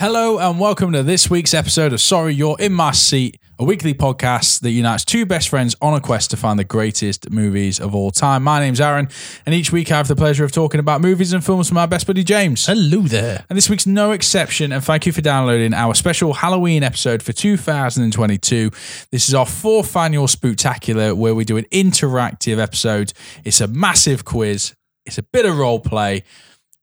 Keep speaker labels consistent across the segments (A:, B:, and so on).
A: and welcome to this week's episode of Sorry You're in My Seat, a weekly podcast that unites two best friends on a quest to find the greatest movies of all time. My name's Aaron, and each week I have the pleasure of talking about movies and films from my best buddy James.
B: Hello there.
A: And this week's no exception. And thank you for downloading our special Halloween episode for 2022. This is our fourth annual Spooktacular, where we do an interactive episode. It's a massive quiz. It's a bit of role play.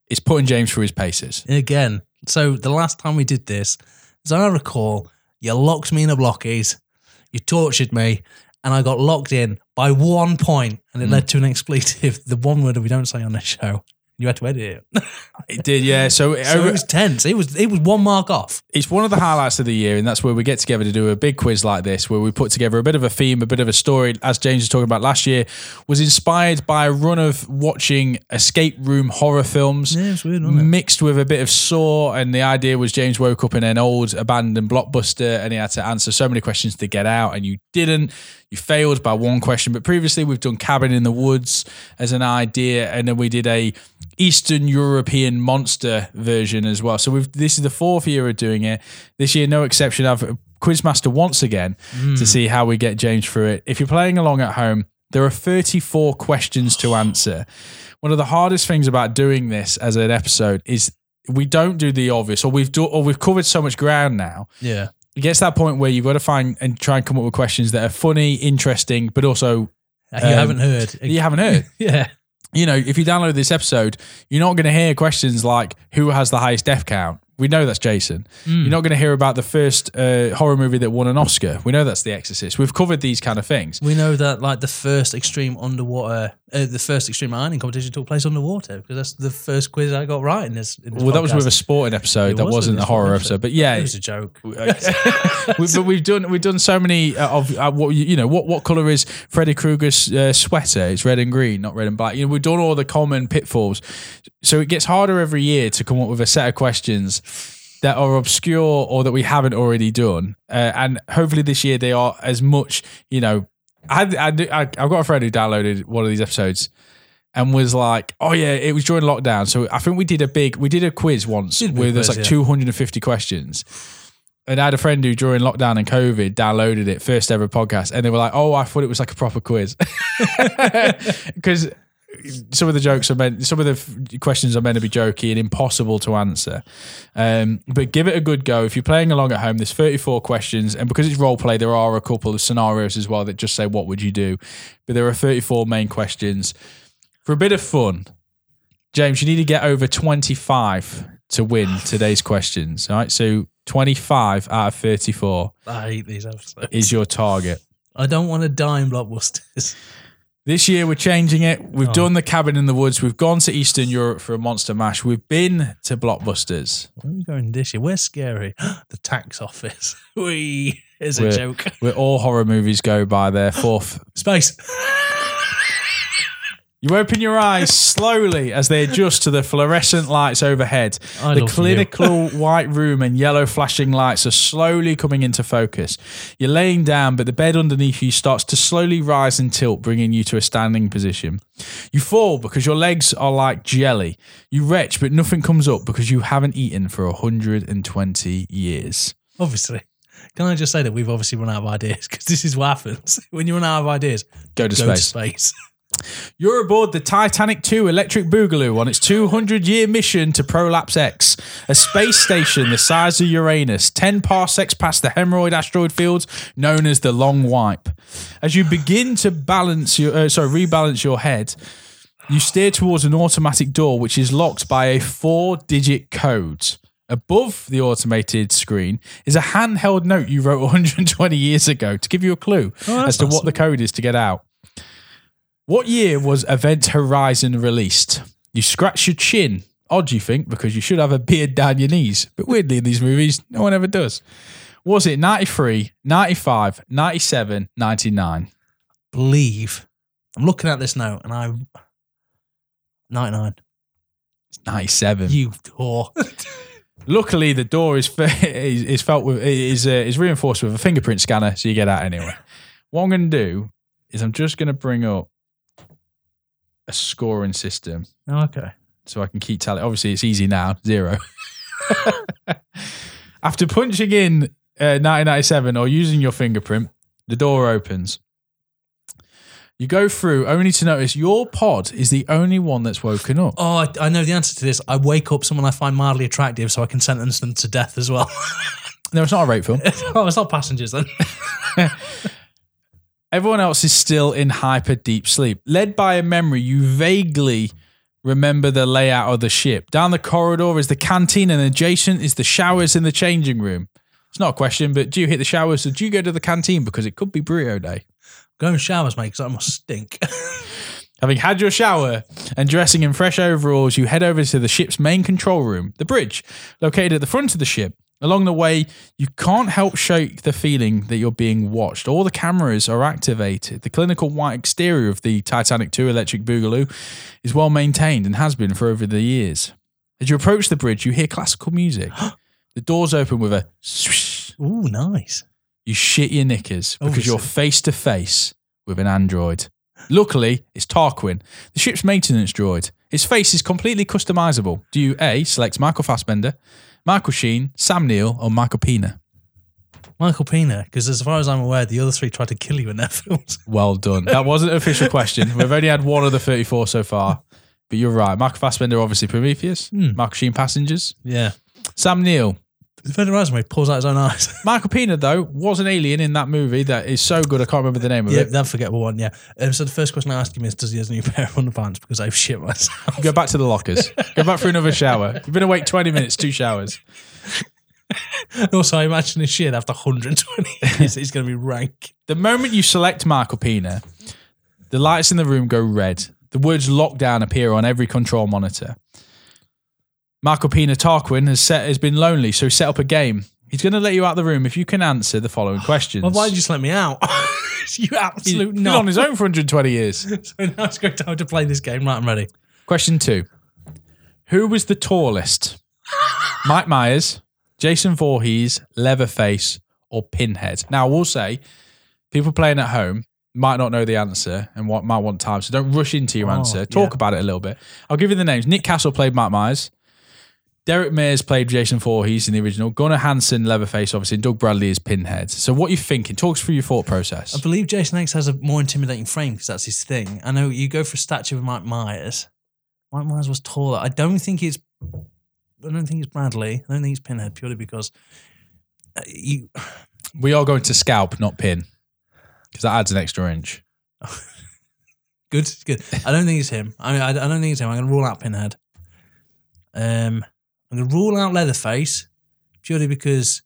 A: It's putting James through his paces.
B: Again. So the last time we did this, as I recall, you locked me in a blockies, you tortured me, and I got locked in by one point, and it led to an expletive, the one word that we don't say on this show. You had to edit it.
A: It did, yeah. So,
B: So it was tense. It was it was one mark off.
A: it's one of the highlights of the year, and that's where we get together to do a big quiz like this, where we put together a bit of a theme, a bit of a story. As James was talking about last year, was inspired by a run of watching escape room horror films.
B: Yeah, it's weird, wasn't it?
A: mixed with a bit of saw and the idea was james woke up in an old abandoned blockbuster and he had to answer so many questions to get out and you didn't you failed by one question but previously we've done cabin in the woods as an idea and then we did a eastern european monster version as well so we've this is the fourth year of doing it this year no exception i've quizmaster once again
B: Hmm.
A: to see how we get james through it if you're playing along at home there are 34 questions to answer one of the hardest things about doing this as an episode is we don't do the obvious or we've do, or we've covered so much ground now
B: Yeah.
A: it gets to that point where you've got to find and try and come up with questions that are funny interesting but also
B: You
A: Um,
B: haven't heard.
A: that you haven't heard
B: Yeah.
A: you know if you download this episode you're not going to hear questions like who has the highest death count we know that's jason
B: Hmm.
A: you're not going to hear about the first uh, horror movie that won an oscar we know that's the exorcist we've covered these kind of things
B: We know that like the first extreme underwater, uh, the first extreme ironing competition took place underwater because that's the first quiz I got right in this. In this
A: well that was
B: podcast.
A: with a sporting episode
B: It
A: that
B: was with
A: was not
B: this
A: a horror
B: one
A: episode but yeah
B: It was a joke.
A: we, but we've done we've done so many uh, of uh, what you know what what color is Freddy Krueger's uh, sweater? It's red and green, not red and black. You know we've done all the common pitfalls, so it gets harder every year to come up with a set of questions that are obscure or that we haven't already done. Uh, and hopefully this year they are as much you know. I, I, do- I I've got a friend who downloaded one of these episodes. And was like, oh yeah, it was during lockdown. So I think we did a big, we did a quiz once
B: Did a big
A: where there's
B: quiz,
A: like
B: yeah.
A: 250 questions. And I had a friend who, during lockdown and COVID, downloaded it first ever podcast, and they were like, "Oh, I thought it was like a proper quiz," because some of the jokes are meant, some of the f- questions are meant to be jokey and impossible to answer. Um, but give it a good go if you're playing along at home. There's 34 questions, and because it's role play, there are a couple of scenarios as well that just say, "What would you do?" But there are 34 main questions for a bit of fun. James, you need to get over 25 to win today's questions. All right. So 25 out of 34
B: I hate these episodes.
A: is your target.
B: I don't want to die in blockbusters.
A: This year we're changing it. We've
B: Oh.
A: done the cabin in the woods. We've gone to Eastern Europe for a monster mash. We've been to Blockbusters.
B: Where are we going this year? Where's scary? the tax office. We is a
A: We're-
B: joke.
A: Where all horror movies go by their fourth.
B: Space.
A: You open your eyes slowly as they adjust to the fluorescent lights overhead.
B: I
A: the
B: love you.
A: clinical white room and yellow flashing lights are slowly coming into focus. You're laying down, but the bed underneath you starts to slowly rise and tilt, bringing you to a standing position. You fall because your legs are like jelly. You retch, but nothing comes up because you haven't eaten for 120 years.
B: Obviously. Can I just say that we've obviously run out of ideas because this is what happens when you run out of ideas.
A: Go to
B: Go
A: space.
B: to space.
A: You're aboard the Titanic 2 Electric Boogaloo on its 200 year mission to Prolapse X, a space station the size of Uranus, 10 parsecs past the hemorrhoid asteroid fields known as the Long Wipe. As you begin to balance your, uh, sorry, rebalance your head, you steer towards an automatic door which is locked by a four digit code. Above the automated screen is a handheld note you wrote 120 years ago to give you a clue
B: Oh, that's
A: as to what
B: awesome.
A: the code is to get out. What year was Event Horizon released? You scratch your chin. Odd, you think, because you should have a beard down your knees. But weirdly, in these movies, no one ever does. Was it 93, 95, 97, 99?
B: Believe. I'm looking at this now and I. 99.
A: 97.
B: You whore.
A: Luckily, the door is is, is felt with is uh, is reinforced with a fingerprint scanner, so you get out anyway. What I'm going to do is I'm just going to bring up a scoring system
B: Oh, okay.
A: so I can keep tally. Obviously, it's easy now, zero. After punching in uh, 1997 or using your fingerprint, the door opens. You go through only to notice your pod is the only one that's woken up.
B: Oh, I, I know the answer to this. I wake up someone I find mildly attractive, so I can sentence them to death as well.
A: No, it's not a rape film.
B: oh, it's not passengers then.
A: Everyone else is still in hyper deep sleep. Led by a memory, you vaguely remember the layout of the ship. Down the corridor is the canteen, and adjacent is the showers and the changing room. It's not a question, but do you hit the showers or do you go to the canteen? Because it could be burrito day.
B: Go in showers, mate, because I must stink.
A: Having had your shower and dressing in fresh overalls, you head over to the ship's main control room, the bridge, located at the front of the ship. Along the way, you can't help shake the feeling that you're being watched. All the cameras are activated. The clinical white exterior of the Titanic 2 electric boogaloo is well maintained and has been for over the years. As you approach the bridge, you hear classical music. the doors open with a swish.
B: Ooh, nice.
A: You shit your knickers
B: Oh,
A: because you're
B: shit.
A: face to face with an android. Luckily, it's Tarquin, the ship's maintenance droid. His face is completely customizable. Do you A, select Michael Fassbender, Michael Sheen, Sam Neill, or Michael Pena?
B: Michael Pena, because as far as I'm aware, the other three tried to kill you in their films.
A: Well done. That wasn't an official question. We've only had one of the 34 so far, but you're right. Michael Fassbender, obviously Prometheus, Michael Sheen, Passengers,
B: Yeah.
A: Sam Neill.
B: Fred Razzman pulls out his own eyes.
A: Michael Pena, though, was an alien in that movie that is so good, I can't remember the name of
B: yeah,
A: it.
B: that forgettable one, yeah. Um, so the first question I ask him is, does he has a new pair of underpants? Because I've shit myself.
A: Go back to the lockers. Go back for another shower. You've been awake 20 minutes, two showers.
B: and also, I imagine his shit after 120 years, he's going to be rank.
A: The moment you select Michael Pena, the lights in the room go red. The words lockdown appear on every control monitor. Michael Pena Tarquin has set has been lonely, so he set up a game. He's going to let you out of the room if you can answer the following questions.
B: Well, why did you just let me out? you
A: He's
B: absolute
A: been
B: not.
A: on his own for 120 years.
B: so now it's going to have to play this game. Right, I'm ready.
A: Question two: Who was the tallest? Mike Myers, Jason Voorhees, Leatherface, or Pinhead? Now, I will say, people playing at home might not know the answer and what might want time, so don't rush into your
B: Oh,
A: answer. Talk
B: yeah.
A: about it a little bit. I'll give you the names. Nick Castle played Mike Myers. Derek Mears played Jason Voorhees in the original. Gunnar Hansen, Leatherface, obviously. And Doug Bradley is Pinhead. So, what are you thinking? Talk us through your thought process.
B: I believe Jason X has a more intimidating frame because that's his thing. I know you go for a statue with Mike Myers. Mike Myers was taller. I don't think it's. I don't think it's Bradley. I don't think it's Pinhead purely because uh, you.
A: We are going to scalp, not pin, because that adds an extra inch.
B: Good, good. I don't think it's him. I mean, I, I don't think it's him. I'm going to rule out Pinhead. Um, I'm going to rule out Leatherface purely because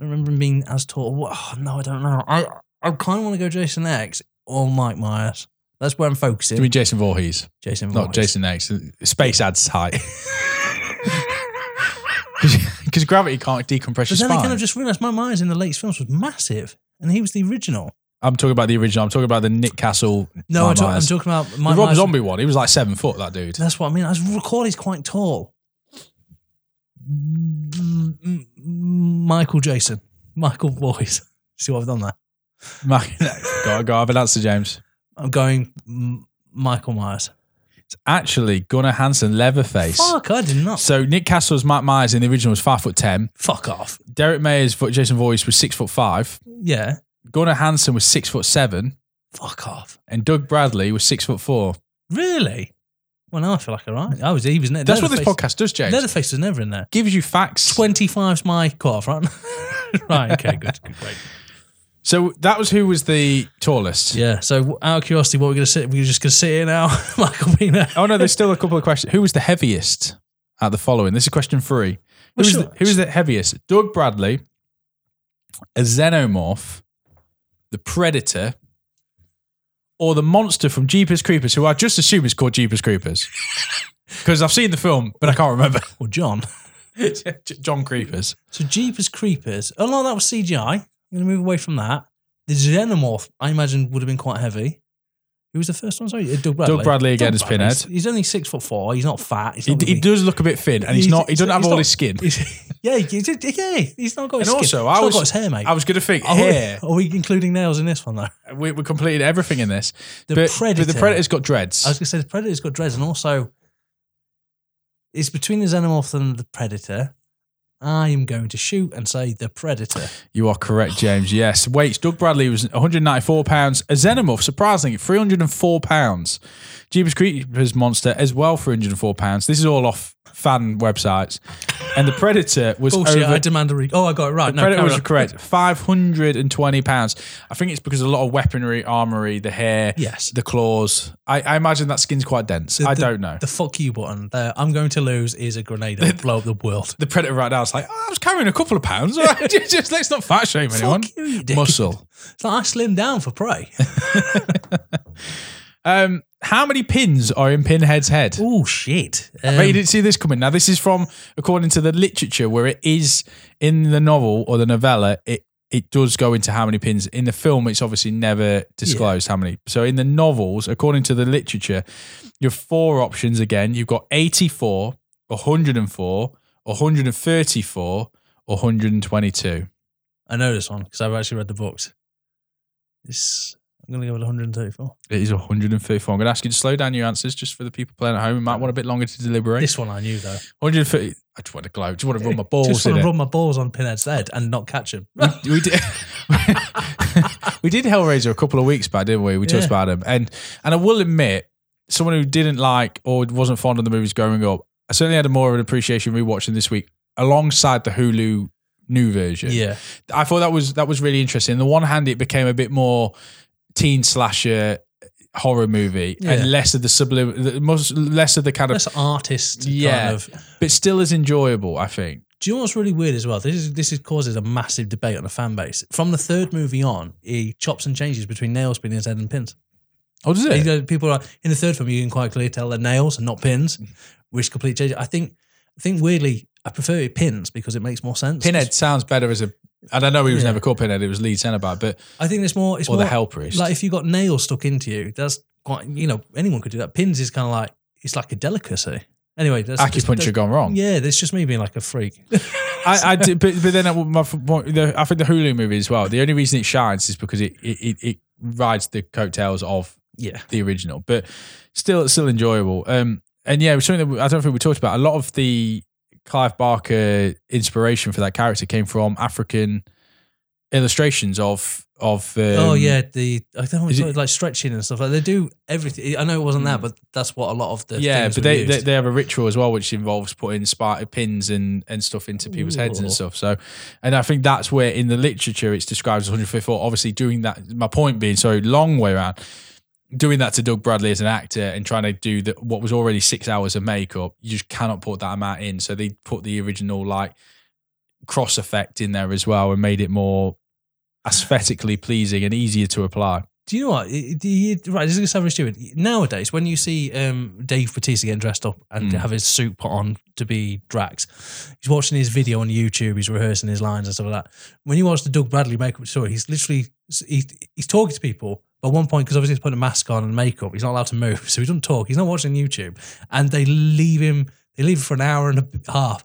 B: I remember him being as tall. Wha- Oh, no, I don't know. I I kind of want to go Jason X or Mike Myers. That's where I'm focusing.
A: Do you mean Jason Voorhees?
B: Jason,
A: Not
B: Voorhees.
A: Jason X. Space adds height. Because gravity can't decompress your
B: But then I
A: spine.
B: kind of just realised my Myers in the latest films was massive, and he was the original.
A: I'm talking about the original. I'm talking about the Nick Castle.
B: No,
A: Mike
B: I'm, talk- I'm
A: Myers.
B: talking about
A: The
B: my
A: Rob
B: Myers.
A: Zombie one. He was like seven foot. That dude.
B: That's what I mean. I recall he's quite tall. M- M- Michael Jason, Michael Boys. See what I've done there?
A: Mike- go, go. Have an answer, James.
B: I'm going M- Michael Myers.
A: It's actually Gunnar Hansen, Leatherface.
B: Fuck, I did not.
A: So Nick Castle's Mike Myers in the original was five foot ten.
B: Fuck off.
A: Derek Mayer's vo- Jason Voorhees was six foot five.
B: Yeah.
A: Gunnar Hansen was six foot seven,
B: Fuck off.
A: and Doug Bradley was six foot four.
B: Really? Well, now I feel like all right. I was even.
A: That's what this podcast does, James.
B: Leatherface was never in there.
A: Gives you facts.
B: 25's my cutoff, right? right. Okay. Good. Good. Great.
A: So that was who was the tallest.
B: Yeah. So out of curiosity, what we're gonna sit? We're just gonna sit here now, Michael Pina.
A: Oh no, there's still a couple of questions. Who was the heaviest at the following? This is question three. Who
B: Well,
A: was,
B: sure.
A: the, who was the heaviest? Doug Bradley, a xenomorph, the predator, or the monster from Jeepers Creepers, who I just assume is called Jeepers Creepers because I've seen the film, but I can't remember.
B: Or John.
A: J- John Creepers.
B: So Jeepers Creepers. Oh no, that was CGI. I'm gonna move away from that. The Xenomorph, I imagine, would have been quite heavy. Who was the first one? Sorry, Uh, Doug Bradley.
A: Doug Bradley again is
B: Bradley's-
A: Pinhead.
B: He's only six foot four. He's not fat. He's
A: He,
B: not
A: he
B: gonna
A: does look a bit thin, and he's,
B: He's-
A: not. He doesn't
B: he's
A: have all
B: not-
A: his skin.
B: be- he's- yeah, he's, yeah, he's not got his
A: And
B: skin.
A: also,
B: he's
A: I
B: not
A: was-
B: got his hair, mate.
A: I was going to think
B: are, we,
A: here
B: are we including nails in this one though?
A: we, we completed everything in this.
B: The
A: but,
B: predator.
A: but the predator's got dreads.
B: I was gonna say the predator's got dreads, and also it's between the xenomorph and the predator. I am going to shoot and say the Predator.
A: You are correct, James. Yes. Weights. Doug Bradley was 194 pounds. A Xenomorph, surprisingly, 304 pounds. Jeebus Creepers Monster as well, 304 pounds. This is all off fan websites. And the Predator was
B: Bullshit.
A: over.
B: I demand a re. Oh, I got it right. No,
A: Predator
B: carry
A: was
B: on.
A: correct. 520 pounds. I think it's because a lot of weaponry, armory, the hair,
B: Yes.
A: the claws. I, I imagine that skin's quite dense. I
B: the-
A: don't know.
B: The fuck you button. The I'm going to lose is a grenade that will blow up the world.
A: the predator right now is like, "Oh, I was carrying a couple of pounds. all right? just, just- let's not fat shame anyone.
B: Fuck you, you dick.
A: Muscle.
B: It's like I slimmed down for prey.
A: Um, how many pins are in Pinhead's head?
B: oh shit.
A: But you
B: Um,
A: didn't see this coming. Now, this is from, according to the literature, where it is in the novel or the novella, it, it does go into how many pins. In the film, it's obviously never disclosed how many. So, in the novels, according to the literature, you have four options again. You've got 84, 104, 134, 122.
B: I know this one because I've actually read the books. It's, I'm going to go with 134.
A: It is 134. I'm going to ask you to slow down your answers just for the people playing at home. who might want a bit longer to deliberate.
B: Uh, This one I knew though.
A: 130. I just want to glow. Just want to run my balls
B: Just
A: in
B: want
A: it.
B: to rub my balls on Pinhead's head and not catch him.
A: we, we did we did Hellraiser a couple of weeks back, didn't we? We talked
B: Yeah.
A: about him, and and I will admit, someone who didn't like or wasn't fond of the movies growing up, I certainly had a more of an appreciation rewatching this week alongside the Hulu new version.
B: yeah.
A: I thought that was that was really interesting. On the one hand, it became a bit more teen slasher uh, horror movie
B: Yeah.
A: and less of the sublim, the most less of the kind of,
B: That's artist
A: Yeah.
B: kind of
A: but still as enjoyable. I think.
B: Do you know what's really weird as well? This is this is causes a massive debate on the fan base. From the third movie on, he chops and changes between nails being his head and pins.
A: Oh, does
B: He
A: it?
B: goes- People are in the third film. You can quite clearly tell they're nails and not pins,
A: Mm.
B: which complete change. I think I think weirdly, I prefer it pins because it makes more sense.
A: Pinhead sounds better as a. And I know he was
B: Yeah.
A: never called Pinhead; it was Lee Tenenbaum, but
B: I think it's more. It's
A: or
B: more
A: the hell priest.
B: like if you got nails stuck into you. That's quite you know anyone could do that. Pins is kind of like it's like a delicacy. Anyway, that's
A: acupuncture
B: that's-
A: gone wrong.
B: Yeah, that's just me being like a freak.
A: I, I did, but, but then I, my, point- the, I think the Hulu movie as well. The only reason it shines is because it it, it, it rides the coattails of
B: yeah,
A: the original, but still it's still enjoyable. Um, and yeah, it was something that we- I don't think we talked about. A lot of the Clive Barker inspiration for that character came from African illustrations of of. Um,
B: oh yeah, the I don't know,
A: is
B: it's
A: it- Mm.
B: like, like stretching and stuff. Like they do everything. I know it wasn't that, but that's what a lot of the
A: yeah,
B: things
A: but
B: were
A: they, they
B: used.
A: they have a ritual as well, which involves putting spar- pins and and stuff into people's heads and
B: Ooh.
A: stuff. So, and I think that's where in the literature it's described as 154. Obviously, doing that. My point being, so long way around, doing that to Doug Bradley as an actor and trying to do the, what was already six hours of makeup, you just cannot put that amount in. So they put the original like cross effect in there as well and made it more aesthetically pleasing and easier to apply.
B: do you know what? It- Do you, right, this is gonna sound really stupid. Nowadays, when you see um, Dave Bautista getting dressed up and
A: Mm.
B: have his suit put on to be Drax, he's watching his video on YouTube. He's rehearsing his lines and stuff like that. When you watch the Doug Bradley makeup story, he's literally he, he's talking to people. But at one point, because obviously he's putting a mask on and makeup, he's not allowed to move, so he doesn't talk. He's not watching YouTube, and they leave him. They leave him for an hour and a half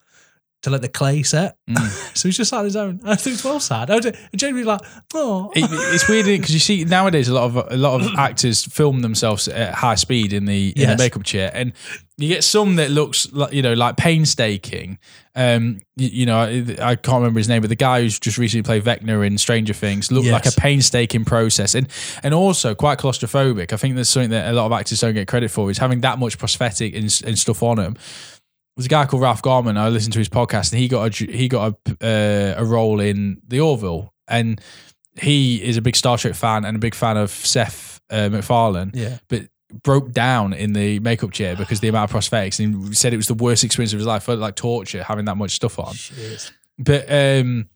B: to let the clay set.
A: Mm.
B: so he's just on his own. I think it's well sad. I would genuinely like, oh,
A: it, it's weird because you see nowadays a lot of a lot of actors film themselves at high speed in the in
B: Yes.
A: the makeup chair, and you get some that looks like you know like painstaking. Um, you, you know, I, I can't remember his name, but the guy who's just recently played Vecna in Stranger Things looked like
B: Yes.
A: a painstaking process, and and also quite claustrophobic. I think that's something that a lot of actors don't get credit for is having that much prosthetic and, and stuff on them. There's a guy called Ralph Garman. I listened to his podcast, and he got a he got a uh, a role in the Orville, and he is a big Star Trek fan and a big fan of Seth uh, MacFarlane,
B: yeah.
A: but broke down in the makeup chair because the amount of prosthetics, and he said it was the worst experience of his life, felt like torture having that much stuff on.
B: Shit.
A: But um,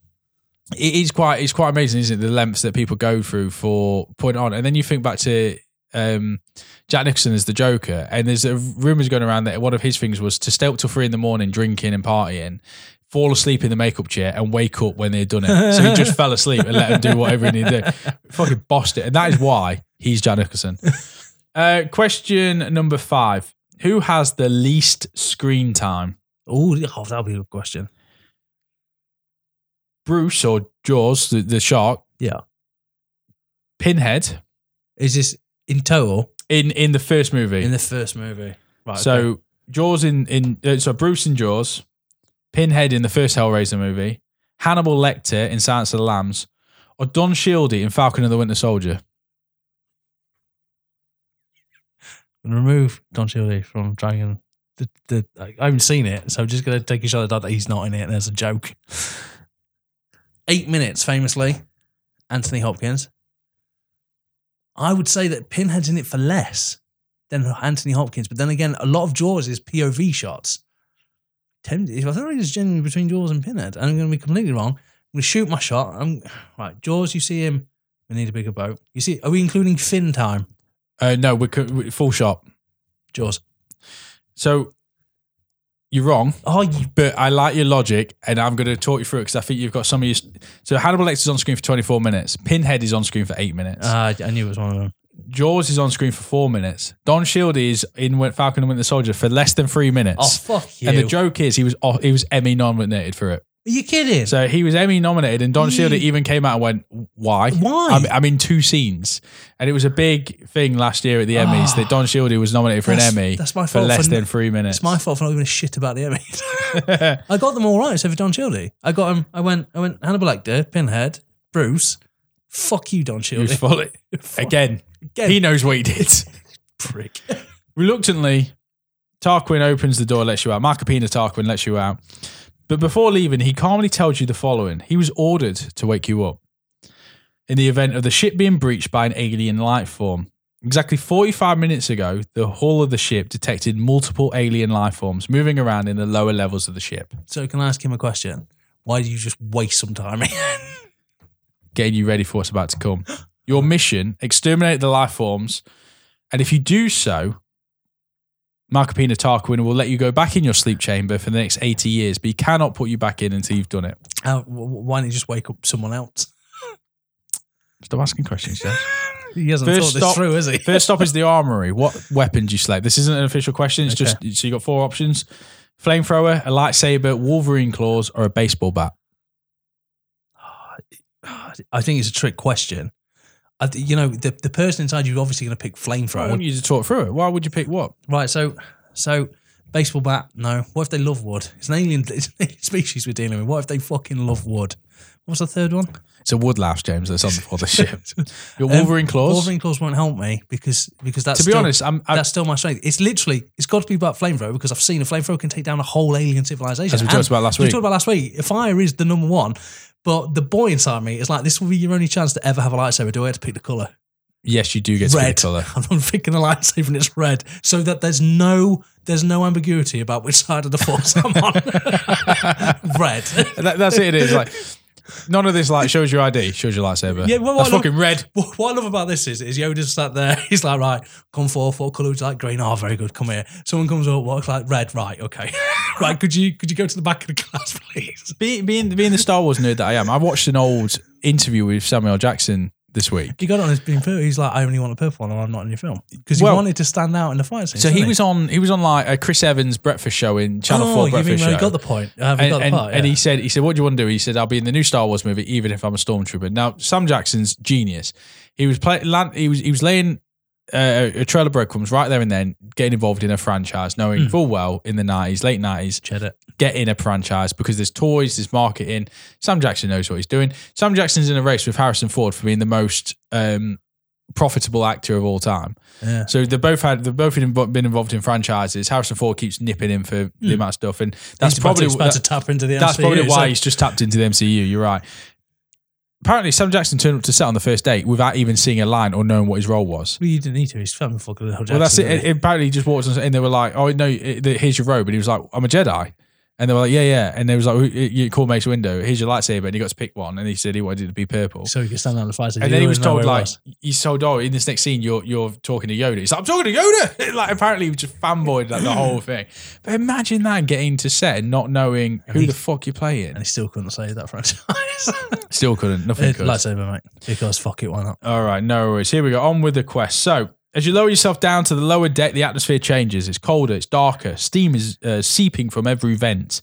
A: it is quite it's quite amazing, isn't it? The lengths that people go through for putting on, and then you think back to um, Jack Nicholson as the Joker, and there's a rumors going around that one of his things was to stay up till three in the morning drinking and partying. Fall asleep in the makeup chair and wake up when they'd done it. So he just fell asleep and let him do whatever he needed to do. Fucking bossed it. And that is why he's Jack Nicholson. Uh, question number five Who has the least screen time?
B: Ooh, oh, that'll be a good question.
A: Bruce or Jaws, the, the shark.
B: Yeah.
A: Pinhead
B: Is this in total
A: in in the first movie.
B: in the first movie? Right.
A: so
B: okay.
A: Jaws in in uh, so Bruce and Jaws, Pinhead in the first Hellraiser movie, Hannibal Lecter in Silence of the Lambs, or Don Shieldy in Falcon and the Winter Soldier?
B: And remove Don Shirley from Dragon. The, the, I haven't seen it, so I'm just going to take a shot at that that he's not in it. There's a joke. Eight minutes, famously, Anthony Hopkins. I would say that Pinhead's in it for less than Anthony Hopkins, but then again, a lot of Jaws is POV shots. Ten, I don't really just genuinely between Jaws and Pinhead. and I'm going to be completely wrong. I'm going to shoot my shot. I'm right. Jaws, you see him. We need a bigger boat. You see? Are we including fin time?
A: Uh, no, we could we, full shot.
B: Jaws.
A: So you're wrong,
B: Oh, you
A: but I like your logic, and I'm going to talk you through it because I think you've got some of your. So Hannibal Lecter's on screen for 24 minutes. Pinhead is on screen for eight minutes.
B: Uh, I knew it was one of them.
A: Jaws is on screen for four minutes. Don Shieldy is in Win- Falcon and Winter Soldier for less than three minutes.
B: Oh fuck you!
A: and the joke is he was oh, he was Emmy nominated for it.
B: Are you kidding?
A: So he was Emmy nominated, and Don Shieldy
B: Ye-
A: even came out and went, "Why?
B: Why?
A: I'm, I'm in two scenes." And it was a big thing last year at the Emmys that Don Shieldy was nominated for
B: Ah. That's-
A: an Emmy
B: that's my
A: for
B: fault
A: less
B: for n-
A: than three minutes.
B: it's my fault for not giving a shit about the Emmys. I got them all right, except for Don Shieldy. I got him. I went. I went. Hannibal Lecter, Pinhead, Bruce. Fuck you, Don
A: It was
B: Shieldy.
A: full- again,
B: Again.
A: He knows what he did. Prick. Reluctantly, Tarquin opens the door, lets you out. Marcopina Tarquin lets you out. But before leaving, he calmly tells you the following. He was ordered to wake you up in the event of the ship being breached by an alien life form. Exactly 45 minutes ago, the hull of the ship detected multiple alien life forms moving around in the lower levels of the ship,
B: So can I ask him a question? Why did you just waste some time?
A: getting you ready for what's about to come. Your mission, exterminate the life forms, and if you do so, Marcopina Tarquin will let you go back in your sleep chamber for the next 80 years, but he cannot put you back in until you've done it.
B: How, wh- wh- why didn't you just wake up someone else?
A: Stop asking questions, Jeff.
B: He hasn't
A: First
B: thought this
A: stop-
B: through, has he?
A: First stop is the armory. What weapon do you select? This isn't an official question. It's just so you got four options: flamethrower, a lightsaber, Wolverine claws, or a baseball bat.
B: I think it's a trick question. I, th- you know, the, the person inside you is obviously going to pick
A: I
B: flamethrower.
A: want you to talk through it. Why would you pick what?
B: Right, so so baseball bat, no. What if they love wood? It's an alien, it's an alien species we're dealing with. What if they fucking love wood? What's the third one?
A: It's a woodlouse, James. That's on the, for the ship. Your Um, Wolverine claws.
B: Wolverine claws won't help me because because that's
A: to be
B: still,
A: honest, I'm, I,
B: that's still my strength. It's literally it's got to be about flamethrower because I've seen a flamethrower can take down a whole alien civilization.
A: as we talked about last
B: we
A: week,
B: talked about last week. Fire is the number one, but the boy inside me is like this will be your only chance to ever have a lightsaber. Do I have to pick the color?
A: yes, you do get to pick
B: red.
A: the color.
B: I'm picking a lightsaber and it's red, so that there's no there's no ambiguity about which side of the force I'm on. red.
A: That, that's it. It is like none of this. Like shows your ID, shows your lightsaber.
B: Yeah, well,
A: that's
B: I love-
A: fucking red.
B: What, what I love about this is, is Yoda's sat there. He's like, right, come forth. What colour would you like? Green. Oh, very good. Come here. Someone comes up. What's like red? Right. Okay. right. Could you could you go to the back of the class, please?
A: Being, being being the Star Wars nerd that I am, I watched an old interview with Samuel Jackson this week.
B: He got it on his being purple. He's like, I only want a purple one, and I'm not in your film because he
A: Well-
B: wanted to stand out in the fight scene.
A: So he
B: didn't
A: was on he was on like a Chris Evans breakfast show in Channel
B: Oh,
A: Four
B: you mean
A: breakfast
B: where he
A: show.
B: got the point? Have you
A: and,
B: got the
A: and-
B: part?
A: and
B: Yeah.
A: he said, he said, what do you want to do? He said, I'll be in the new Star Wars movie, even if I'm a stormtrooper. Now, Sam Jackson's genius. He was play, land, he was he was laying uh, a trail of breadcrumbs right there and then, getting involved in a franchise, knowing
B: Hmm.
A: full well in the nineties, late nineties,
B: cheddar.
A: get in a franchise because there's toys, there's marketing. Sam Jackson knows what he's doing. Sam Jackson's in a race with Harrison Ford for being the most um, profitable actor of all time.
B: Yeah.
A: So they both had they both been invo- been involved in franchises. Harrison Ford keeps nipping in for the amount of stuff, and that's
B: Hmm. He's about to-
A: probably
B: he's about to tap into the.
A: that's probably
B: MCU,
A: why
B: so-
A: he's just tapped into the MCU. You're right. Apparently, Sam Jackson turned up to set on the first date without even seeing a line or knowing what his role was.
B: Well, you didn't need to. He's family fucking Hill Jackson.
A: Well, that's
B: isn't
A: it. Apparently, he just walked on and they were like, "Oh no, it- it- here's your robe," and he was like, "I'm a Jedi." And they were like, "Yeah, yeah," and they was like, "Who- "You call Mace Windu. Here's your lightsaber," and he got to pick one, and he said he wanted it to be purple.
B: he? So he could stand out in the fight. so
A: and
B: you
A: then he was
B: wouldn't know
A: told
B: where he
A: like
B: was.
A: he's told oh in this next scene you're you're talking to Yoda he's like I'm talking to Yoda like apparently he was just fanboyed like the whole thing but imagine that getting to set and not knowing who the fuck you're playing
B: and he still couldn't save that franchise.
A: still couldn't nothing could
B: Lightsaber, mate. Because fuck it, why not?
A: All right, no worries. Here we go. On with the quest. So, as you lower yourself down to the lower deck, the atmosphere changes. It's colder, it's darker. Steam is uh, seeping from every vent.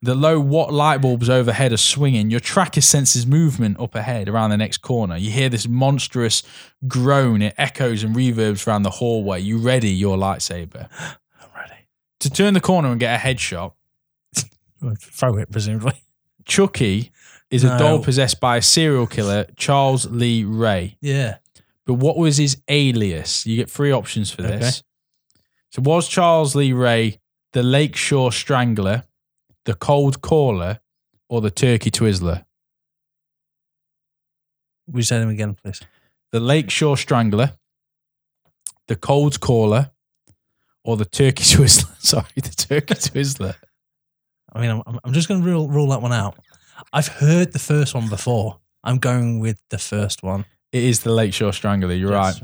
A: The low watt light bulbs overhead are swinging. Your tracker senses movement up ahead around the next corner. You hear this monstrous groan. It echoes and reverbs around the hallway. You ready your lightsaber.
B: I'm ready.
A: To turn the corner and get a headshot,
B: throw it, presumably.
A: Chucky is a
B: No.
A: doll possessed by a serial killer, Charles Lee Ray.
B: Yeah.
A: But what was his alias? You get three options for this. So was Charles Lee Ray the Lakeshore Strangler, the Cold Caller, or the Turkey Twizzler?
B: We said him again, please.
A: The Lakeshore Strangler, the Cold Caller, or the Turkey Twizzler? Sorry, the Turkey Twizzler.
B: I mean, I'm- I'm, I'm just going to rule, rule that one out. I've heard the first one before. I'm going with the first one.
A: It is the Lakeshore Strangler. You're right.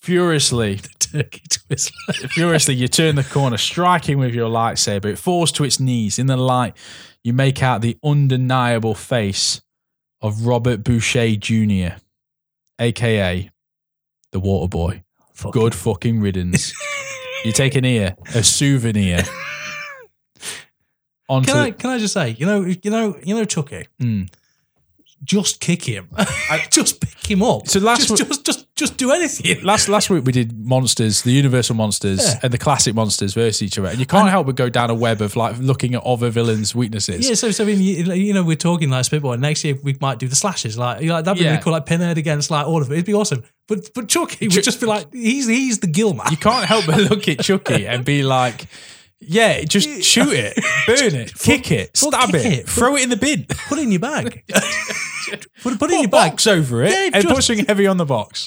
A: Furiously,
B: The turkey twizzler.
A: Furiously, you turn the corner, striking with your lightsaber. It falls to its knees. In the light, you make out the undeniable face of Robert Boucher Jr., aka the Water Boy.
B: Fuck.
A: Good fucking riddance. you take an ear, a souvenir. Onto
B: Can I
A: the,
B: can I just say, you know, you know, you know, Chucky,
A: Mm.
B: just kick him, just pick him up.
A: So last
B: just,
A: w-
B: just just just do anything.
A: last last week we did monsters, the Universal monsters
B: Yeah.
A: and the classic monsters versus each other, and you can't help but go down a web of like looking at other villains' weaknesses.
B: Yeah, so so I mean, you, you know, we're talking like Spitboy. Next year we might do the slashes, like, you know, that'd be
A: Yeah.
B: really cool, like Pinhead against like all of it. It'd be awesome. But but Chucky
A: Chu-
B: would just be like, he's he's the gill man.
A: You can't help but look at Chucky and be like, yeah, just shoot it, burn it, kick it,
B: Fuck,
A: stab
B: kick
A: it,
B: it.
A: throw it in the bin,
B: put it in your bag. put, put it in
A: put
B: your
A: a
B: bag.
A: box over it,
B: Yeah,
A: and
B: just-
A: put something heavy on the box.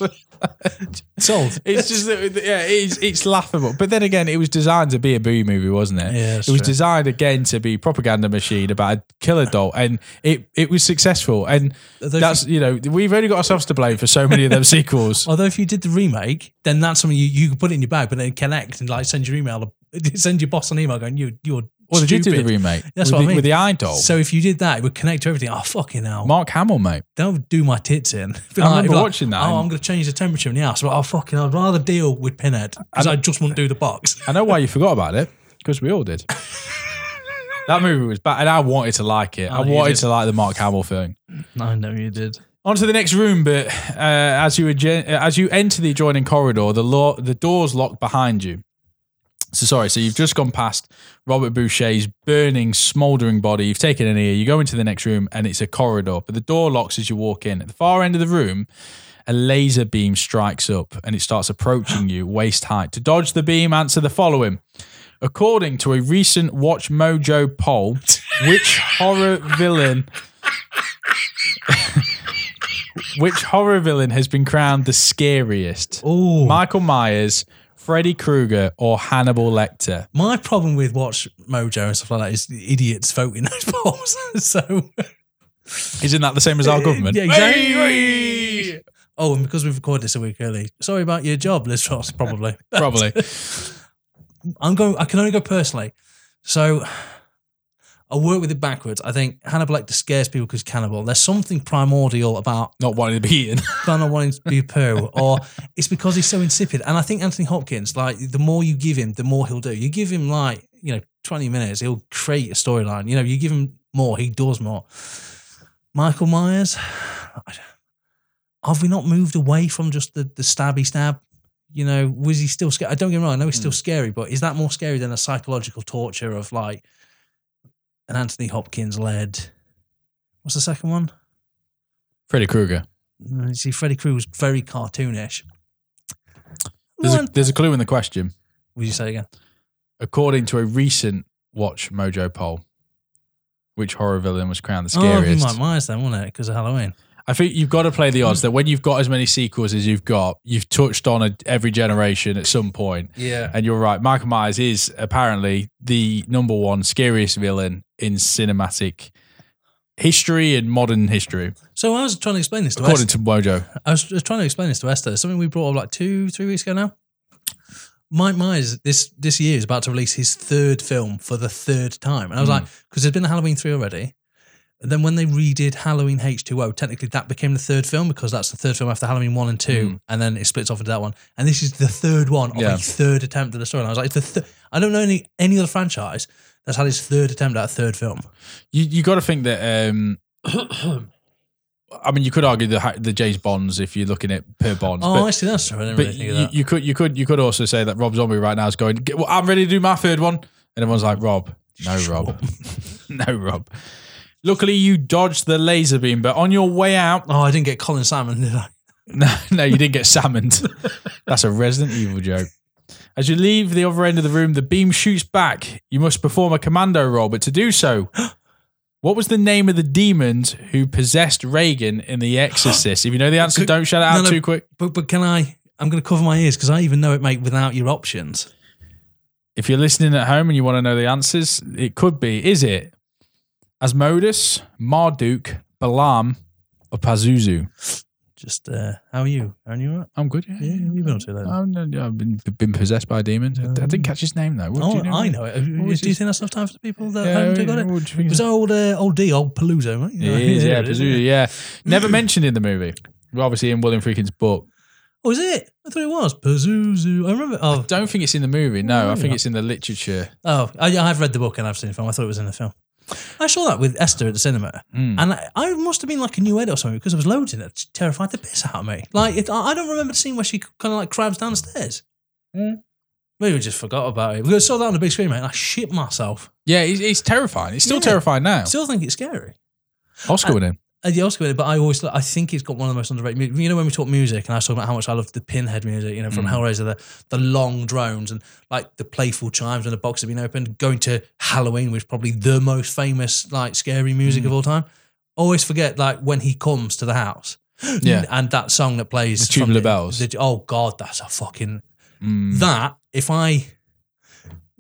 B: Sold.
A: It's just, that- yeah, it's, it's laughable. But then again, it was designed to be a boo movie, wasn't it?
B: Yeah,
A: it was
B: that's true.
A: designed again to be propaganda machine about a killer doll, and it it was successful. And
B: Although
A: that's you know we've only got ourselves to blame for so many of them sequels.
B: Although if you did the remake, then that's something you, you could put it in your bag, but then connect and like send your email, send your boss an email going, you you're
A: Well, did you
B: stupid.
A: do the remake?
B: That's
A: with
B: what
A: the,
B: I mean.
A: With the eye doll,
B: So if you did that, it would connect to everything. Oh fucking hell!
A: Mark Hamill, mate.
B: Don't do my tits in. Be
A: I remember
B: be
A: watching that
B: Oh,
A: and-
B: I'm going to change the temperature in the house. But oh fucking, I'd rather deal with Pinhead because I just wouldn't do the box.
A: I know why you forgot about it because we all did. that movie was bad, and I wanted to like it. I
B: Oh, you
A: wanted
B: did.
A: to like the Mark Hamill thing.
B: I know you did.
A: On to the next room, but uh, as you adj- as you enter the adjoining corridor, the lo- the doors lock behind you. So sorry, so you've just gone past Robert Boucher's burning, smouldering body. You've taken an ear. You go into the next room, and it's a corridor, but the door locks as you walk in. At the far end of the room, a laser beam strikes up, and it starts approaching you waist height. To dodge the beam, answer the following. According to a recent Watch Mojo poll, which horror villain which horror villain has been crowned the scariest?
B: Oh, my-,
A: Michael Myers, Freddy Krueger, or Hannibal Lecter?
B: problem with Watch Mojo and stuff like that is the idiots voting those polls. so
A: Isn't that the same as our government?
B: Eh, Yeah, exactly.
A: Hey!
B: oh, and because we've recorded this a week early, sorry about your job, Liz Ross. Probably.
A: Probably.
B: I'm going. I can only go personally. So I work with it backwards. I think Hannibal Lecter scares people because cannibal. There's something primordial about
A: Not wanting to be eaten.
B: than I wanting to be poo, or it's because he's so insipid. And I think Anthony Hopkins, like the more you give him, the more he'll do. You give him like you know twenty minutes, he'll create a storyline. You know, you give him more, he does more. Michael Myers, I don't- have we not moved away from just the the stabby stab? You know, was he still scared? I don't get me wrong, I know he's still scary, but is that more scary than a psychological torture of like an Anthony Hopkins led? What's the second one?
A: Freddy Krueger.
B: You Uh, see, Freddy Krueger was very cartoonish.
A: There's a,
B: One-
A: there's a clue in the question.
B: Would you say again?
A: According to a recent Watch Mojo poll, which horror villain was crowned the
B: Oh, it'd be
A: scariest?
B: Mike Myers then, wouldn't it? Because of Halloween.
A: I think you've got to play the odds that when you've got as many sequels as you've got, you've touched on a, every generation at some point.
B: Yeah.
A: And you're right, Michael Myers is apparently the number one scariest villain in cinematic history and modern history,
B: So I was trying to explain this to
A: according
B: Esther.
A: to Mojo.
B: I was just trying to explain this to Esther. Something we brought up like two, three weeks ago now. Mike Myers this this year is about to release his third film for the third time, and I was
A: Hmm.
B: like, because there's been a Halloween three already. And then when they redid Halloween H2O, technically that became the third film because that's the third film after Halloween one and two, and then it splits off into that one. And this is the third one of
A: Hmm. Yeah.
B: a third attempt at the storyline. I was like, it's the th- I don't know any any other franchise that's had its third attempt at a third film.
A: You you got to think that. Um, I mean, you could argue the ha- the James Bonds if you're looking at per Bonds,
B: Oh,
A: but,
B: I see. That's true. I didn't really
A: but
B: think
A: you,
B: of that.
A: you could you could you could also say that Rob Zombie right now is going. "Get- Well, I'm ready to do my third one, and everyone's like, Rob, No, Rob. no, Rob. Luckily, you dodged the laser beam, but on your way out,
B: Oh, I didn't get Colin Salmon, did I?
A: no, no, you didn't get salmoned. That's a Resident Evil joke. As you leave the other end of the room, the beam shoots back. You must perform a commando roll, but to do so, what was the name of the demons who possessed Reagan in The Exorcist? If you know the answer,
B: Could-
A: don't shout it out
B: no, no.
A: too quick.
B: But but can I? I'm going to cover my ears because I even know it, mate. Without your options,
A: If you're listening at home and you want to know the answers, it could be is it Asmodus, Marduk, Balaam, or Pazuzu?
B: just uh, how are you? Are you all right?
A: I'm good. Yeah,
B: Yeah, you've been up to that.
A: I've, I've been, been possessed by demons. I- I didn't catch his name though. What
B: oh,
A: do you know?
B: I know it. Do you
A: was
B: think
A: his-
B: that's enough time for the people that
A: Yeah,
B: haven't got it?
A: what do you think
B: It was old uh, old D, old Paluzzo, right?
A: It is, yeah, Pazuzu, yeah. Never mentioned in the movie. Well, Obviously, in William Freakin's book.
B: Oh, is it? I thought it was Pazuzu. I remember. Oh,
A: Don't think it's in the movie. No, I
B: Really
A: think
B: not.
A: it's in the literature.
B: oh, I, I've read the book and I've seen the film. I thought it was in the film. I saw that with Esther at the cinema,
A: Mm.
B: and I, I must have been like a new ed or something because I was loading it, terrified the piss out of me. Like, it, I I don't remember the scene where she kind of like crabs downstairs.
A: Hmm.
B: Maybe we just forgot about it. We saw that on the big screen, mate, and I shit myself.
A: Yeah, it's, it's terrifying. It's still
B: Yeah.
A: terrifying now.
B: Still think it's scary.
A: Oscar winning.
B: Uh, the Oscar, winner, but I always I think it's got one of the most underrated. mu- You know when we talk music, and I was talking about how much I love the Pinhead music, you know from
A: Mm.
B: Hellraiser, the the long drones and like the playful chimes when the box had been opened. Going to Halloween, which is probably the most famous like scary music
A: Mm.
B: of all time. Always forget like when he comes to the house,
A: Yeah.
B: and that song that plays
A: The Tubular
B: from
A: Bells.
B: the- oh God, that's a fucking
A: Mm.
B: that. If I,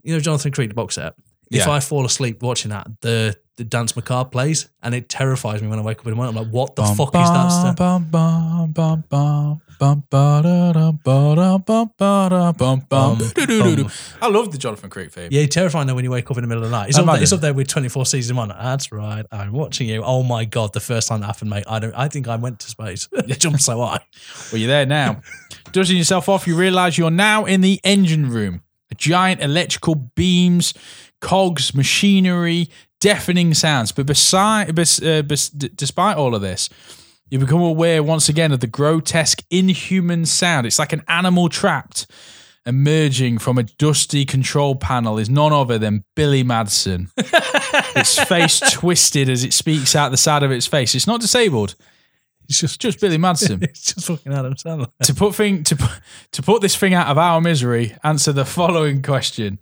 B: you know, Jonathan Creek the box set. If
A: Yeah.
B: I fall asleep watching that, the the dance macabre plays, and it terrifies me when I wake up in the morning. I'm like, what the
A: Bum,
B: fuck is that? stuff?
A: bum, bum, bum, bum, bum, ba, da, da, ba, da, bum, ba, da, bum, bum,
B: Bum,
A: do-do-do-do.
B: bum.
A: I love the Jonathan Creek theme.
B: Yeah, terrifying though when you wake up in the middle of the night. It's, up
A: Imagine.
B: there, it's up there with 24 season one. That's right. I'm watching you. Oh my god, the first time that happened, mate. I don't. I think I went to space. Jumped so high.
A: Well, you're there now. Dusting yourself off, you realize you're now in the engine room. A giant electrical beams, cogs, machinery, deafening sounds. But beside, bes, uh, bes, d- despite all of this, you become aware once again of the grotesque, inhuman sound. It's like an animal trapped. Emerging from a dusty control panel is none other than Billy Madsen. its face twisted as it speaks out the side of its face. It's not disabled.
B: It's just.
A: Just Billy Madsen
B: It's just fucking Adam Sandler.
A: to put thing to pu- to put this thing out of our misery, answer the following question.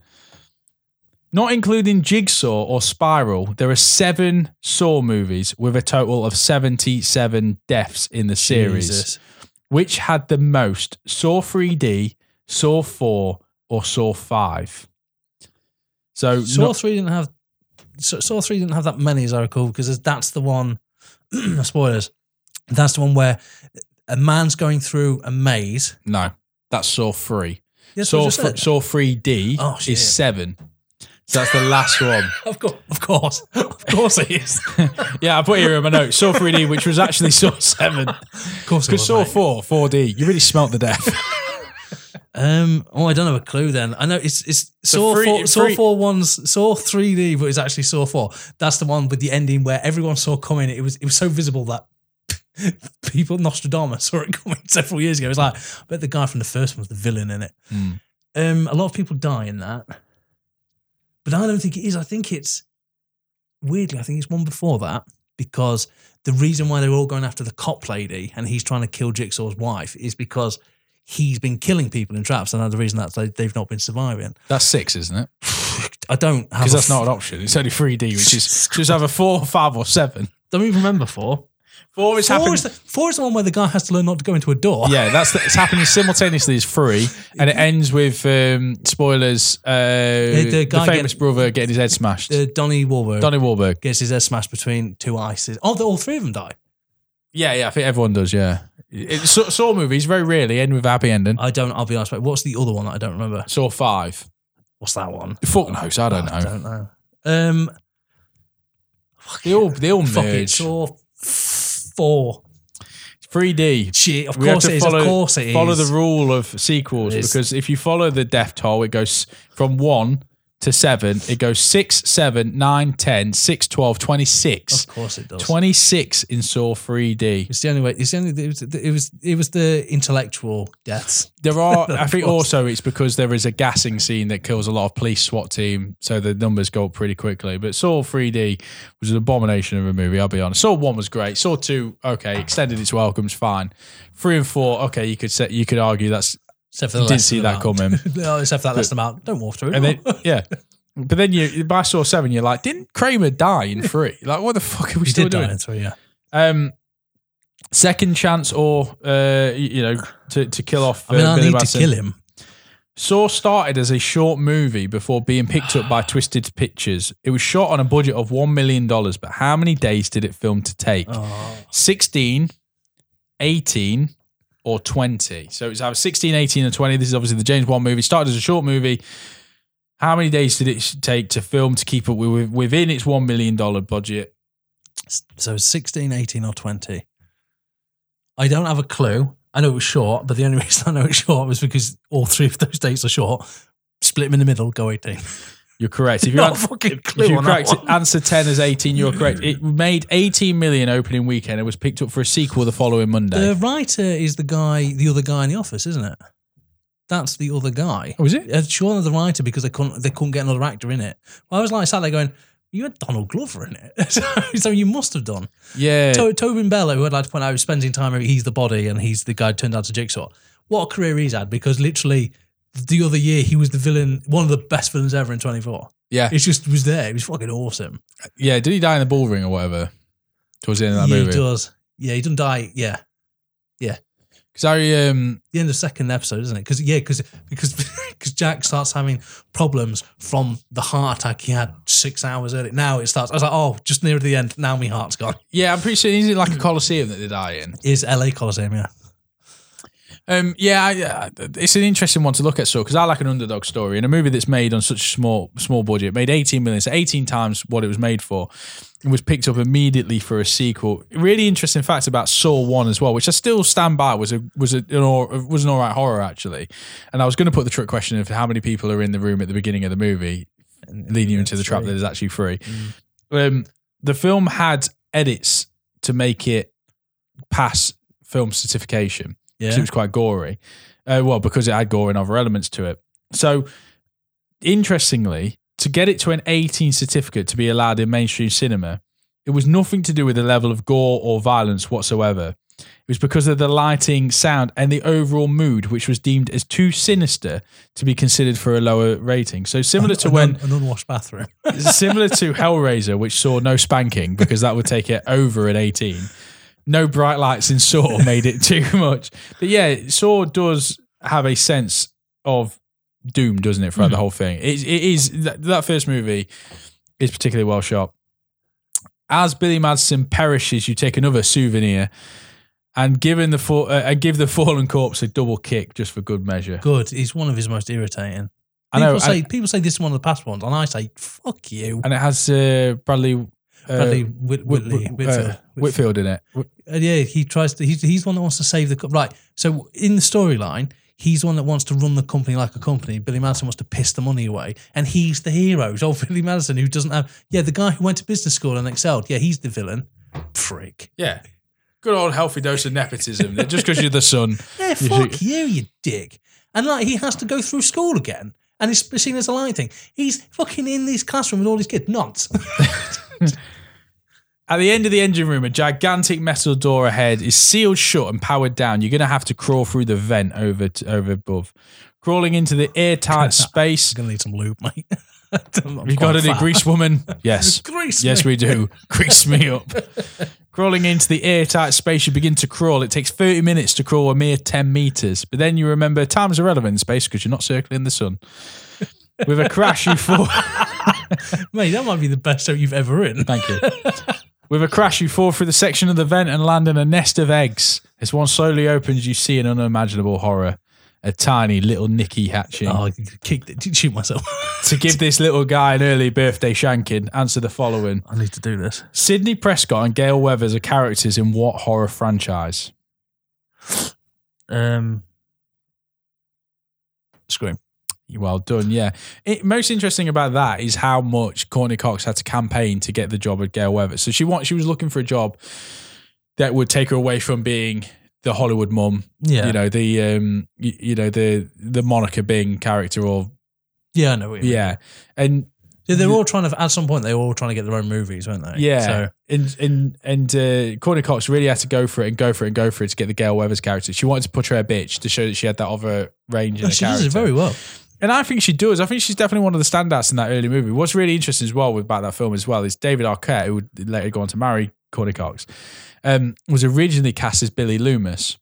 A: Not including Jigsaw or Spiral, there are seven Saw movies with a total of 77 deaths in the series.
B: Jesus.
A: Which had the most? Saw 3D, Saw 4, or Saw 5? So,
B: Saw
A: not-
B: three didn't have. Saw Saw three didn't have that many as I recall because that's the one. spoilers. That's the one where a man's going through a maze.
A: no, that's Saw 3.
B: Yes,
A: Saw, fr- Saw 3D
B: Oh, shit.
A: is 7. So that's the last one.
B: of course, of course, of course it is.
A: Yeah, I put it here in my notes. Saw 3D, which was actually Saw 7.
B: Of course, it
A: Because
B: was,
A: Saw
B: mate.
A: 4, 4D, you really smelt the death.
B: Um. Oh, I don't have a clue. Then I know it's it's Saw
A: three-
B: four, Saw
A: three-
B: four ones Saw three D, but it's actually Saw four. That's the one with the ending where everyone saw coming. It was it was so visible that people Nostradamus saw it coming several years ago. It's like I bet the guy from the first one was the villain in it.
A: Hmm.
B: Um. A lot of people die in that, but I don't think it is. I think it's weirdly. I think it's one before that because the reason why they're all going after the cop lady and he's trying to kill Jigsaw's wife is because he's been killing people in traps, and the reason that they, they've not been surviving.
A: That's 6, isn't it?
B: I don't have.
A: Because
B: a
A: that's not an option. It's only 3D, which is just either 4, 5, or 7.
B: Don't even remember four.
A: 4 is
B: Four
A: happening.
B: is, the, four is the one where the guy has to learn not to go into a door.
A: yeah, that's the, it's happening simultaneously as 3. And it ends with, um, spoilers, uh, the,
B: guy
A: famous
B: get-
A: brother getting his head smashed.
B: Uh, Donnie Wahlberg
A: Donnie Wahlberg.
B: gets his head smashed between two ices. Oh, the- all three of them die.
A: Yeah, yeah, I think everyone does, yeah. It, Saw, Saw movies very rarely end with a happy ending.
B: I don't. I'll be honest. Mate. What's the other one that I don't remember?
A: Saw 5.
B: What's that one?
A: Fuck knows, I don't
B: I
A: know.
B: don't know. Um,
A: They all, they all
B: fuck it.
A: merge.
B: Saw four.
A: 3D,
B: Shit. Of
A: We have
B: course
A: to
B: it is.
A: follow-
B: of course it is.
A: follow the rule of sequels
B: It's-
A: because if you follow the death toll, it goes from one to seven. It goes six, seven, nine, 10, six, 12, 26.
B: Of course it does.
A: 26 in Saw 3D.
B: It's the only way. It's the only. It was. It was, it was the intellectual deaths.
A: There are,
B: Of
A: I think
B: course.
A: also it's because there is a gassing scene that kills a lot of police SWAT team. So the numbers go up pretty quickly. But Saw 3D was an abomination of a movie, I'll be honest. Saw 1 was great. Saw 2, okay, extended its welcomes, fine. 3 and 4, okay, you could say, you could argue that's,
B: Except for the
A: didn't
B: less
A: see
B: than
A: that
B: amount.
A: coming.
B: no, except for that last amount. Don't walk through. it.
A: And then, yeah. But then you, by Saw 7, you're like, didn't Kramer die in 3? Like, what the fuck are we
B: we
A: still
B: did
A: doing?
B: die in three. Yeah.
A: Um, second chance, or uh, y- you know, to, to kill off.
B: I mean,
A: uh,
B: I
A: Billy
B: need to
A: Madison.
B: kill him.
A: Saw started as a short movie before being picked up by Twisted Pictures. It was shot on a budget of one million dollars, but how many days did it film to take?
B: Oh,
A: 16, 18, or 20. So it's either 16, 18, or 20. This is obviously the James Bond movie. It started as a short movie. How many days did it take to film to keep it wi- within its $1 million budget?
B: so 16, 18, or 20. I don't have a clue. I know it was short, but the only reason I know it's short was because all three of those dates are short. Split them in the middle, go 18.
A: You're correct. If you
B: Not
A: had-
B: a fucking clue
A: If you
B: on that
A: correct,
B: one.
A: answer 10 as 18, you're correct. It made 18 million opening weekend and was picked up for a sequel the following Monday.
B: The writer is the guy, the other guy in the office, isn't it? That's the other guy.
A: oh, is it?
B: Uh, Sure, the writer because they couldn't they couldn't get another actor in it. Well, I was like sat there going, "You had Donald Glover in it, so, so you must have done."
A: Yeah.
B: To- Tobin Bell, who I'd like to point out, is spending time. He's the body, and he's the guy who turned out to Jigsaw. What a career he's had! Because literally the other year, he was the villain, one of the best villains ever in Twenty Four.
A: yeah.
B: It just was there. It was fucking awesome.
A: Yeah. Did he die in the ball ring or whatever? Towards the end of that
B: yeah, he
A: movie.
B: does. Yeah, he doesn't die. Yeah,
A: Because I, um,
B: the end of second episode, isn't it? Because yeah, because because because Jack starts having problems from the heart attack he had six hours earlier. Now it starts. I was like, oh, just near the end. Now my heart's gone.
A: yeah, I'm pretty sure he's in like a Colosseum that they die in.
B: Is L.A. Coliseum? Yeah,
A: Um, yeah, I, I- it's an interesting one to look at, so because I like an underdog story and a movie that's made on such a small small budget, made 18 million, so 18 times what it was made for, and was picked up immediately for a sequel. Really interesting fact about Saw One as well, which I still stand by was a was a, an or, was an alright horror actually, and I was going to put the trick question of how many people are in the room at the beginning of the movie, leading you into the trap that is actually free. Um, the film had edits to make it pass film certification.
B: Yeah,
A: 'cause it was quite gory. Uh, well, because it had gore and other elements to it. So, interestingly, to get it to an 18 certificate to be allowed in mainstream cinema, it was nothing to do with the level of gore or violence whatsoever. It was because of the lighting, sound, and the overall mood, which was deemed as too sinister to be considered for a lower rating. So, similar to
B: An-
A: when
B: an unwashed bathroom.
A: similar to Hellraiser, which saw no spanking because that would take it over at 18. No bright lights in Saw made it too much. But yeah, Saw does have a sense of doom, doesn't it,
B: Mm.
A: throughout the whole thing? It, it is that, that first movie is particularly well shot. As Billy Madison perishes, you take another souvenir and given the fa- uh, and give the fallen corpse a double kick just for good measure.
B: Good. He's one of his most irritating.
A: I
B: People
A: know,
B: say
A: and,
B: people say this is one of the past ones, and I say fuck you.
A: and it has uh, Bradley. uh,
B: Bradley Whit-
A: Whit-
B: Whitley,
A: Whit-
B: Whitfield.
A: uh, Whitfield in it.
B: Uh, yeah, he tries to. He's, he's the one that wants to save the co- right. So in the storyline, he's the one that wants to run the company like a company. Billy Madison wants to piss the money away, and he's the hero. It's old Billy Madison who doesn't have. Yeah, the guy who went to business school and excelled. Yeah, he's the villain. Prick.
A: Yeah. Good old healthy dose of nepotism. that Just because you're the son.
B: Yeah,
A: You
B: fuck you, you dick. And like, he has to go through school again, and it's seen as a lying thing. He's fucking in this classroom with all these kids. Not.
A: At the end of the engine room, a gigantic metal door ahead is sealed shut and powered down. You're going to have to crawl through the vent over to, over above. Crawling into the airtight space.
B: gonna need some lube, mate.
A: You got any grease woman? Yes.
B: Grease.
A: Yes,
B: mate.
A: we do. Grease me up. Crawling into the airtight space, you begin to crawl. It takes 30 minutes to crawl a mere 10 meters, but then you remember time's irrelevant in space because you're not circling the sun. With a crash, you fall.
B: Mate, that might be the best show you've ever written.
A: Thank you. With a crash, you fall through the section of the vent and land in a nest of eggs. As one slowly opens, you see an unimaginable horror. A tiny little Nicky hatching.
B: Oh, I kicked it. Shoot myself.
A: To give this little guy an early birthday shanking, answer the following
B: I need to do this.
A: Sydney Prescott and Gail Weathers are characters in what horror franchise?
B: Um, scream.
A: Well done, yeah. It, most interesting about that is how much Courtney Cox had to campaign to get the job at Gail Weather. So she want, she was looking for a job that would take her away from being the Hollywood mum,
B: Yeah.
A: you know, the um, you, you know the the Monica Bing character, or
B: yeah, I know. what you mean.
A: yeah, and
B: Yeah, They were all trying to, at some point, they were all trying to get their own movies, weren't they?
A: Yeah,
B: So,
A: and and and uh, Courtney Cox really had to go for it and go for it and go for it to get the Gail Weathers character. She wanted to portray a bitch to show that she had that other range. in
B: and
A: her
B: she does
A: character.
B: it very well.
A: and I think she does. I think she's definitely one of the standouts in that early movie. What's really interesting as well with- about that film as well is David Arquette, who would later go on to marry Courtney Cox, um, was originally cast as Billy Loomis,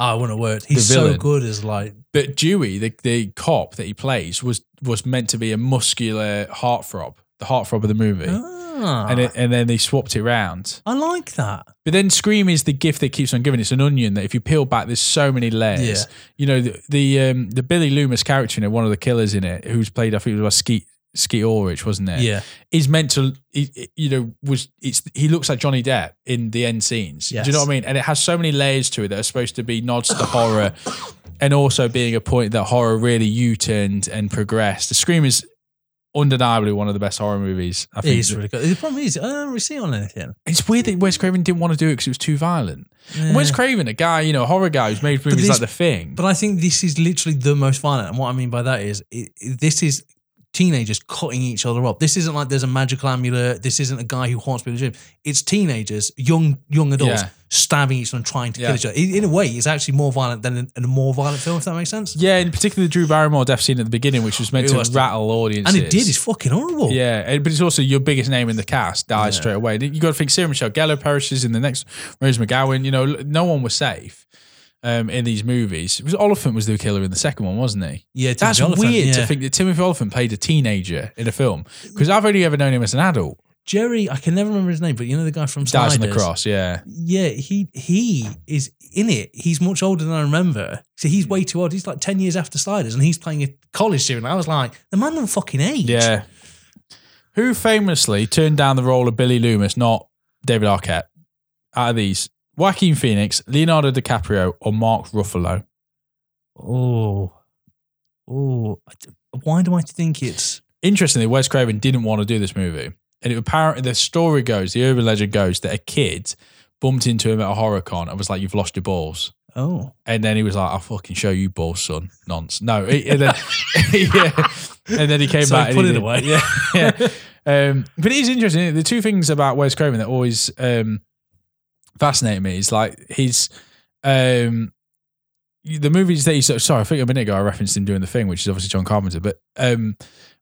B: Oh, I wouldn't have worked. He's
A: The
B: so
A: villain.
B: good as like,
A: but Dewey, the the cop that he plays, was was meant to be a muscular heartthrob, the heartthrob of the movie.
B: ah,
A: And, it, and then they swapped it round.
B: I like that.
A: But then Scream is the gift that keeps on giving. It's an onion that if you peel back, there's so many layers.
B: Yeah.
A: You know, the the, um, the Billy Loomis character in it, one of the killers in it, who's played, I think it was by Skeet, Skeet Ulrich, wasn't it?
B: Yeah.
A: Is meant to, he- he- you know, was, it's he looks like Johnny Depp in the end scenes. Do you know
B: Yes.
A: what I mean? And it has so many layers to it that are supposed to be nods to horror and also being a point that horror really U turned and progressed. The Scream is undeniably one of the best horror movies. I think.
B: He's really good. The problem is, I don't really see it on anything.
A: It's weird that Wes Craven didn't want to do it because it was too violent.
B: Yeah.
A: Wes Craven, a guy, you know, a horror guy who's made movies
B: these-
A: like The Thing.
B: But I think this is literally the most violent. And what I mean by that is, it, it- this is teenagers cutting each other up. This isn't like there's a magical amulet. This isn't a guy who haunts me in the gym. It's teenagers, young young adults,
A: Yeah.
B: stabbing each other and trying to
A: Yeah.
B: kill each other. In, in a way, it's actually more violent than in, in a more violent film, if that makes sense.
A: yeah, in particular the Drew Barrymore death scene at the beginning, which was meant
B: It
A: to
B: was-
A: rattle audiences.
B: And it did. It's fucking horrible.
A: Yeah, and- but it's also your biggest name in the cast dies
B: Yeah.
A: straight away. You got to think Sarah Michelle Gellar perishes in the next Rose McGowan. You know, l- no one was safe um, in these movies. It was Oliphant was the killer in the second one, wasn't he?
B: Yeah, Timothy
A: That's
B: Oliphant,
A: weird
B: yeah.
A: to think that Timothy Oliphant played a teenager in a film because I've only ever known him as an adult.
B: Jerry, I can never remember his name, but you know the guy from
A: Dies
B: Sliders.
A: on the cross, yeah.
B: Yeah, he he is in it. He's much older than I remember. So
A: Hmm.
B: he's way too old. He's like ten years after Sliders, and he's playing a college student. I was like, the man don't fucking age.
A: Yeah. Who famously turned down the role of Billy Loomis, not David Arquette, out of these? Joaquin Phoenix, Leonardo DiCaprio, or Mark Ruffalo?
B: Oh, oh. I d- Why do I think it's?
A: Interestingly, Wes Craven didn't want to do this movie. And it apparently the story goes, the urban legend goes, that a kid bumped into him at a horror con and was like, You've lost your balls.
B: Oh,
A: And then he was like, I'll fucking show you balls, son. Nonce. No. he- And then, yeah. and then he came
B: So he
A: back. and
B: put it
A: did-
B: away.
A: Yeah. yeah. Um, but it is interesting. isn't it? The two things about Wes Craven that always um, fascinate me is like his um, the movies that he's sorry, I think a minute ago I referenced him doing the thing, which is obviously John Carpenter. But um,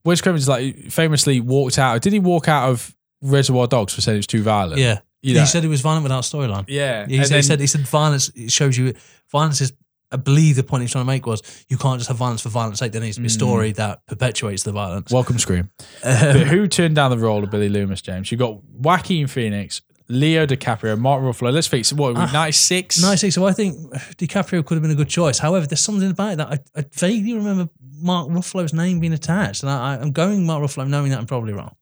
A: Wes Craven's like famously walked out. Did he walk out of Reservoir Dogs for saying it was too violent?
B: yeah.
A: You know?
B: He said it was violent without storyline.
A: yeah.
B: He,
A: And
B: said, he
A: then-
B: said he said violence it shows you violence is. I believe the point he's trying to make was you can't just have violence for violence sake. There needs to be a
A: Mm.
B: story that perpetuates the violence.
A: Welcome, Scream.
B: Um,
A: But who turned down the role of Billy Loomis, James? You've got Joaquin Phoenix, Leo DiCaprio, Mark Ruffalo. Let's face it, what,
B: Ah,
A: 96?
B: No, I see. So I think DiCaprio could have been a good choice. However, there's something about it that I, I vaguely remember Mark Ruffalo's name being attached, and I, I- I'm going Mark Ruffalo knowing that I'm probably wrong.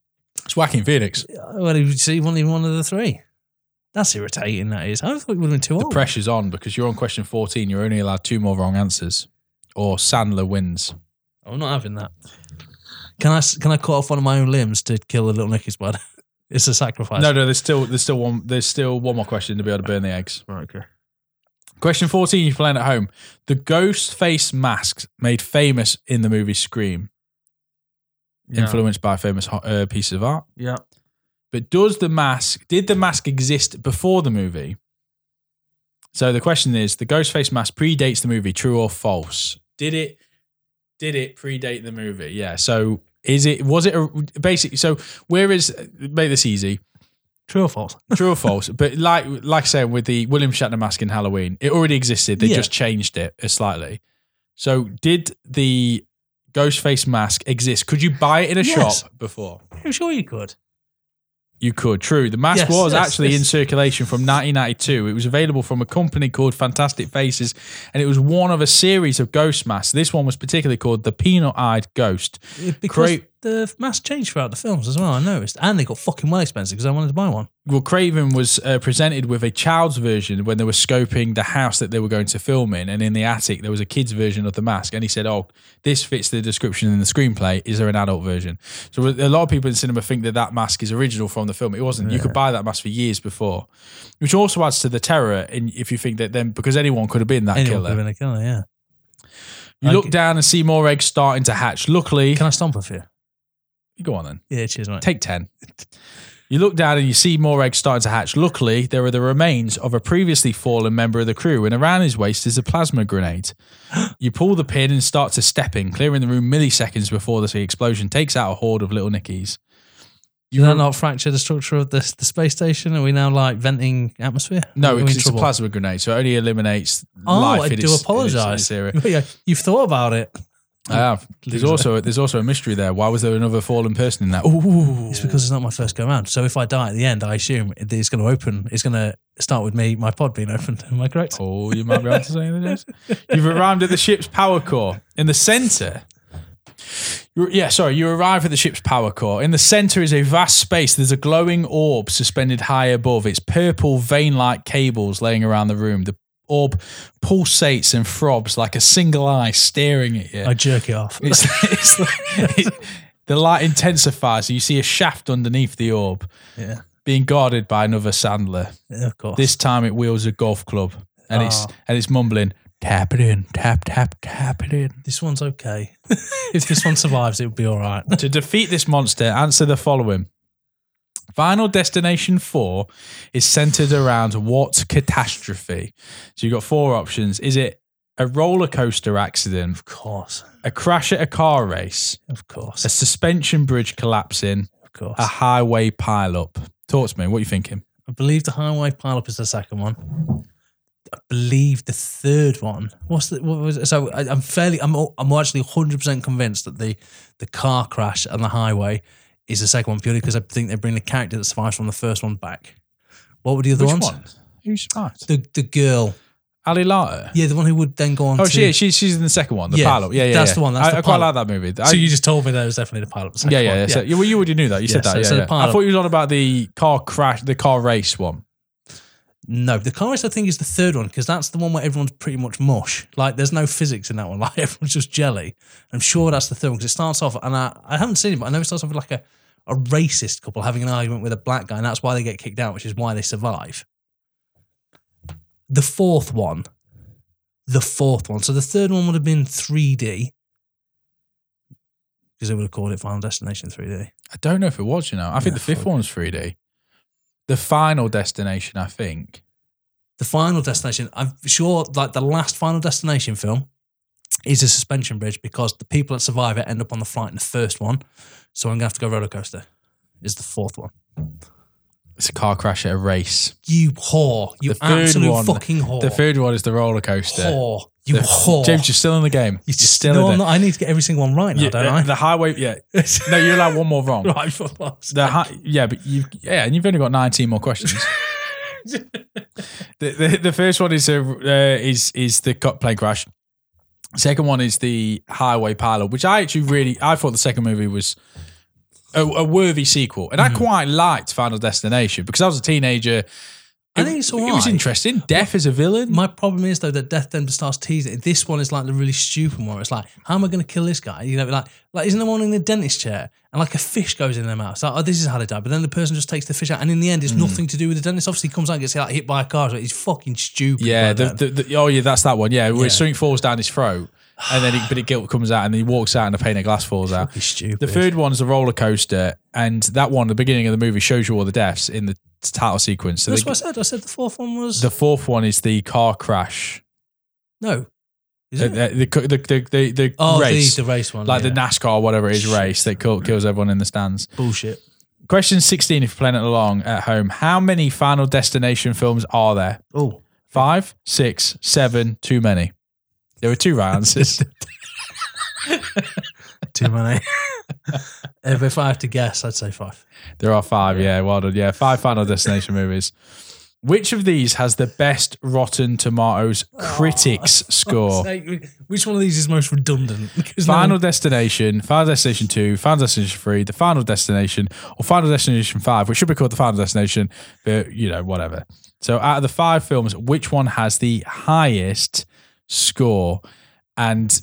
A: It's Joaquin Phoenix.
B: Well, he see one even one of the three. That's irritating. That is. I thought it would have been two
A: The
B: old.
A: pressure's on because you're on question 14. You're only allowed two more wrong answers. Or Sandler wins.
B: I'm not having that. Can I s- can I cut off one of my own limbs to kill the little Nicky spider? It's a sacrifice.
A: No, no, there's still there's still one there's still one more question to be able to burn the eggs.
B: okay.
A: Question 14, you're playing at home. The ghost face masks made famous in the movie Scream, influenced by famous ho- uh, pieces of art.
B: Yeah.
A: But does the mask, did the mask exist before the movie? So the question is the ghost face mask predates the movie, true or false? Did it did it predate the movie? Yeah. So is it was it a, basically so where is make this easy.
B: True or false?
A: True or false? But like like I said with the William Shatner mask in Halloween, it already existed. They
B: Yeah.
A: just changed it uh, slightly. So did the ghost face mask exist? Could you buy it in a
B: Yes.
A: shop before?
B: I'm sure you could.
A: You could, true. The mask
B: Yes,
A: was
B: yes,
A: actually
B: yes.
A: in circulation from 1992. It was available from a company called Fantastic Faces, and it was one of a series of ghost masks. This one was particularly called the Peanut Eyed Ghost.
B: Because
A: Great.
B: the mass change throughout the films as well. I noticed, and they got fucking well expensive because I wanted to buy one.
A: well, Craven was uh, presented with a child's version when they were scoping the house that they were going to film in, and in the attic there was a kid's version of the mask, and he said, "Oh, this fits the description in the screenplay. Is there an adult version?" So a lot of people in cinema think that that mask is original from the film. It wasn't. You could buy that mask for years before, which also adds to the terror. In if you think that then because anyone could have been that
B: Anyone could
A: killer,
B: have been a killer, yeah.
A: you
B: Like-
A: look down and see more eggs starting to hatch. Luckily,
B: Can I stomp a few?
A: go on then.
B: Yeah, cheers, mate.
A: Take 10. You look down and you see more eggs starting to hatch. Luckily, there are the remains of a previously fallen member of the crew, and around his waist is a plasma grenade. You pull the pin and start to step in, clearing the room milliseconds before the explosion takes out a horde of little Nickies.
B: Did that not fracture the structure of the, the space station? Are we now like venting atmosphere? Are
A: No,
B: we in
A: because it's a
B: trouble?
A: plasma grenade, so it only eliminates
B: Oh,
A: life.
B: I
A: in its-
B: do
A: in its-
B: apologise.
A: in its area.
B: Yeah, You've thought about it.
A: I have. There's also there's also a mystery there. Why was there another fallen person in that? Ooh,
B: It's because it's not my first go round. So if I die at the end, I assume it- it's going to open. It's going to start with me, my pod being opened. Am I correct?
A: Oh, you might be onto something there, James. You've arrived at the ship's power core. In the center. you're- Yeah, sorry. You arrive at the ship's power core. In the center is a vast space. There's a glowing orb suspended high above. It's purple vein like cables laying around the room. The orb pulsates and throbs like a single eye staring at you.
B: I jerk it off.
A: It's, it's like, the light intensifies. You see a shaft underneath the orb
B: yeah,
A: being guarded by another sandler.
B: yeah, of course.
A: This time it wheels a golf club, and it's
B: Oh.
A: and it's mumbling, tap it in, tap tap tap it in.
B: This one's okay. if this one survives, it would be all right.
A: to defeat this monster, answer the following. Final Destination 4 is centered around what catastrophe? So you've got four options. Is it a roller coaster accident,
B: Of course,
A: a crash at a car race,
B: of
A: a
B: course,
A: suspension bridge collapsing,
B: of course.
A: a highway pileup? Talk to me. What are you thinking?
B: I believe the highway pileup is the second one. I believe the third one. What's the? What was it? So I, I'm fairly. I'm. al- I'm actually 100 percent convinced that the the car crash on the highway is the second one purely because I think they bring the character that survives from the first one back. What were the other
A: Which
B: ones?
A: one? Who's smart?
B: The the girl.
A: Ali Larter.
B: Yeah, the one who would then go on.
A: Oh,
B: to,
A: she, she, she's in the second one, the
B: Yeah,
A: pilot. Yeah, yeah.
B: that's
A: yeah.
B: the one, that's
A: I,
B: the
A: I quite
B: pilot.
A: like that movie. I-
B: So you just told me that it was definitely the pilot. The second
A: yeah, yeah,
B: one.
A: yeah. So, yeah, well, you already knew that. You
B: Yeah,
A: said that.
B: so-
A: yeah,
B: so the
A: yeah. I
B: pilot-
A: thought you was on about the car crash, the car race one.
B: No, the car race I think is the third one because that's the one where everyone's pretty much mush. Like there's no physics in that one. Like everyone's just jelly. I'm sure that's the third one because it starts off, and I, I haven't seen it, but I know it starts off with like a, a racist couple having an argument with a black guy, and that's why they get kicked out, which is why they survive. The fourth one, the fourth one. So the third one would have been 3D because they would have called it Final Destination 3D.
A: I don't know if it was, you know. I think
B: Yeah,
A: the fifth
B: fuck.
A: one's 3D. The final destination, I think.
B: the final destination i'm sure like the last final destination film is a suspension bridge because the people that survive it end up on the flight in the first one so i'm gonna have to go roller coaster is the fourth one
A: It's a car crash at a race.
B: you whore you
A: The third
B: absolute
A: one-
B: fucking whore
A: The third one is the roller coaster.
B: whore you
A: The-
B: whore
A: James, you're still in the game.
B: you just
A: still in
B: no, I'm
A: it.
B: Oh. not, i need to get every single one right now
A: Yeah,
B: don't
A: the,
B: i
A: the highway, yeah. No, you're allowed one more wrong.
B: right for fuck's
A: The hi- yeah, but you yeah, and you've only got 19 more questions. the, the the first one is a uh, is is the co- plane crash. Second one is the highway pilot, which I actually really I thought the second movie was a, a worthy sequel, and
B: Mm-hmm.
A: I quite liked Final Destination because I was a teenager.
B: I think it's
A: It was
B: alright.
A: interesting. Death as a villain.
B: My problem is though that Death Denver starts teasing. it. This one is like the really stupid one. Where it's like, how am I going to kill this guy? You know, like, like isn't there one in the dentist chair and like a fish goes in their mouth? It's like, oh, this is how they die. But then the person just takes the fish out, and in the
A: Mm.
B: end, it's nothing to do with the dentist. Obviously, he comes out and gets like, hit by a car. So he's fucking stupid.
A: yeah,
B: by
A: the,
B: then.
A: the, the, oh yeah, that's that one. Yeah, where
B: Yeah.
A: something falls down his throat, and then it, but it guilt comes out, and he walks out, and a pane of glass falls out.
B: Fucking stupid.
A: The third one's a roller coaster, and that one, the beginning of the movie, shows you all the deaths in the title sequence. So
B: That's
A: they-
B: what I said. I said the fourth one was
A: the fourth one is the car crash,
B: no. Is
A: the
B: it?
A: the the, the, the, the
B: oh,
A: race,
B: The, the race one,
A: like
B: yeah.
A: the NASCAR or whatever it is race that kill, kills everyone in the stands.
B: bullshit.
A: Question sixteen: If you're playing it along at home, how many Final Destination films are there?
B: Oh,
A: Five, six, seven. Too many. There were two right answers.
B: too many. if, if I had to guess, I'd say five.
A: There are five, yeah. Well done. Yeah, five Final Destination movies. Which of these has the best Rotten Tomatoes critics score?
B: Like, which one of these is most redundant? 'Cause now-
A: Final Destination, Final Destination 2, Final Destination 3, The Final Destination, or Final Destination 5, which should be called The Final Destination, but you know, whatever. So out of the five films, which one has the highest score? And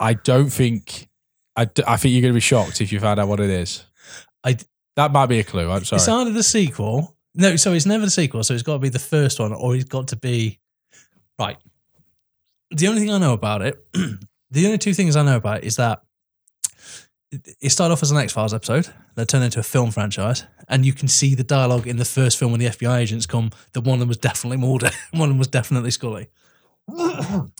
A: I don't think, I, d- I think you're going to be shocked if you find out what it is.
B: I-
A: that might be a clue. I'm sorry.
B: It's either the sequel. No, so it's never the sequel. So it's got to be the first one, or it's got to be right. The only thing I know about it, the only two things I know about it is that it- it started off as an X Files episode, then turned into a film franchise, and you can see the dialogue in the first film when the FBI agents come. That one of them was definitely Mulder, one of them was definitely Scully,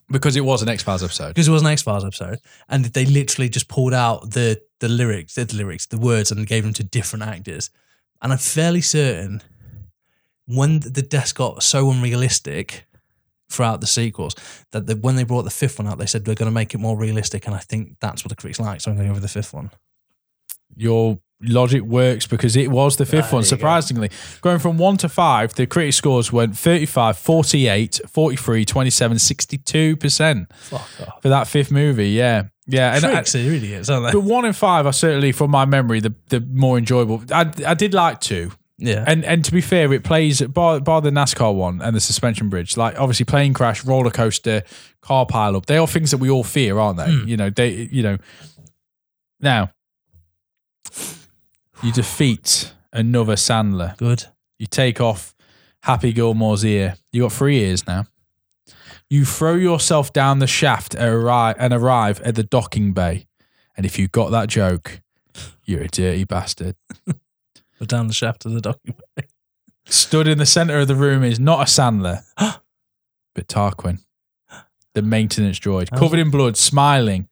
A: because it was an X Files episode.
B: because it was an X Files episode, and they literally just pulled out the the lyrics, the lyrics, the words, and gave them to different actors. And I'm fairly certain when the deaths got so unrealistic throughout the sequels that the, when they brought the fifth one out, they said we're going to make it more realistic, and I think that's what the critics like. So I'm going over the fifth one.
A: your logic works because it was the fifth
B: Ah, there
A: one
B: you go.
A: surprisingly going from 1 to 5 the critic scores went 35 48 43 27 62%
B: Fuck off.
A: for that fifth movie yeah yeah and I-
B: critics are idiots, aren't they?
A: but 1 and 5 are certainly from my memory the, the more enjoyable I, I did like 2
B: Yeah.
A: and and to be fair, it plays bar, bar the NASCAR one and the suspension bridge. Like obviously, plane crash, roller coaster, car pile up. They are things that we all fear, aren't they? You know, they you know. Now, you defeat another Sandler.
B: Good.
A: You take off Happy Gilmore's ear. You got three ears now. You throw yourself down the shaft and arrive, and arrive at the docking bay. And if you got that joke, you're a dirty bastard.
B: We're down the shaft of the document.
A: stood in the center of the room is not a Sandler, but Tarquin, the maintenance droid,
B: How's-
A: covered in blood, smiling,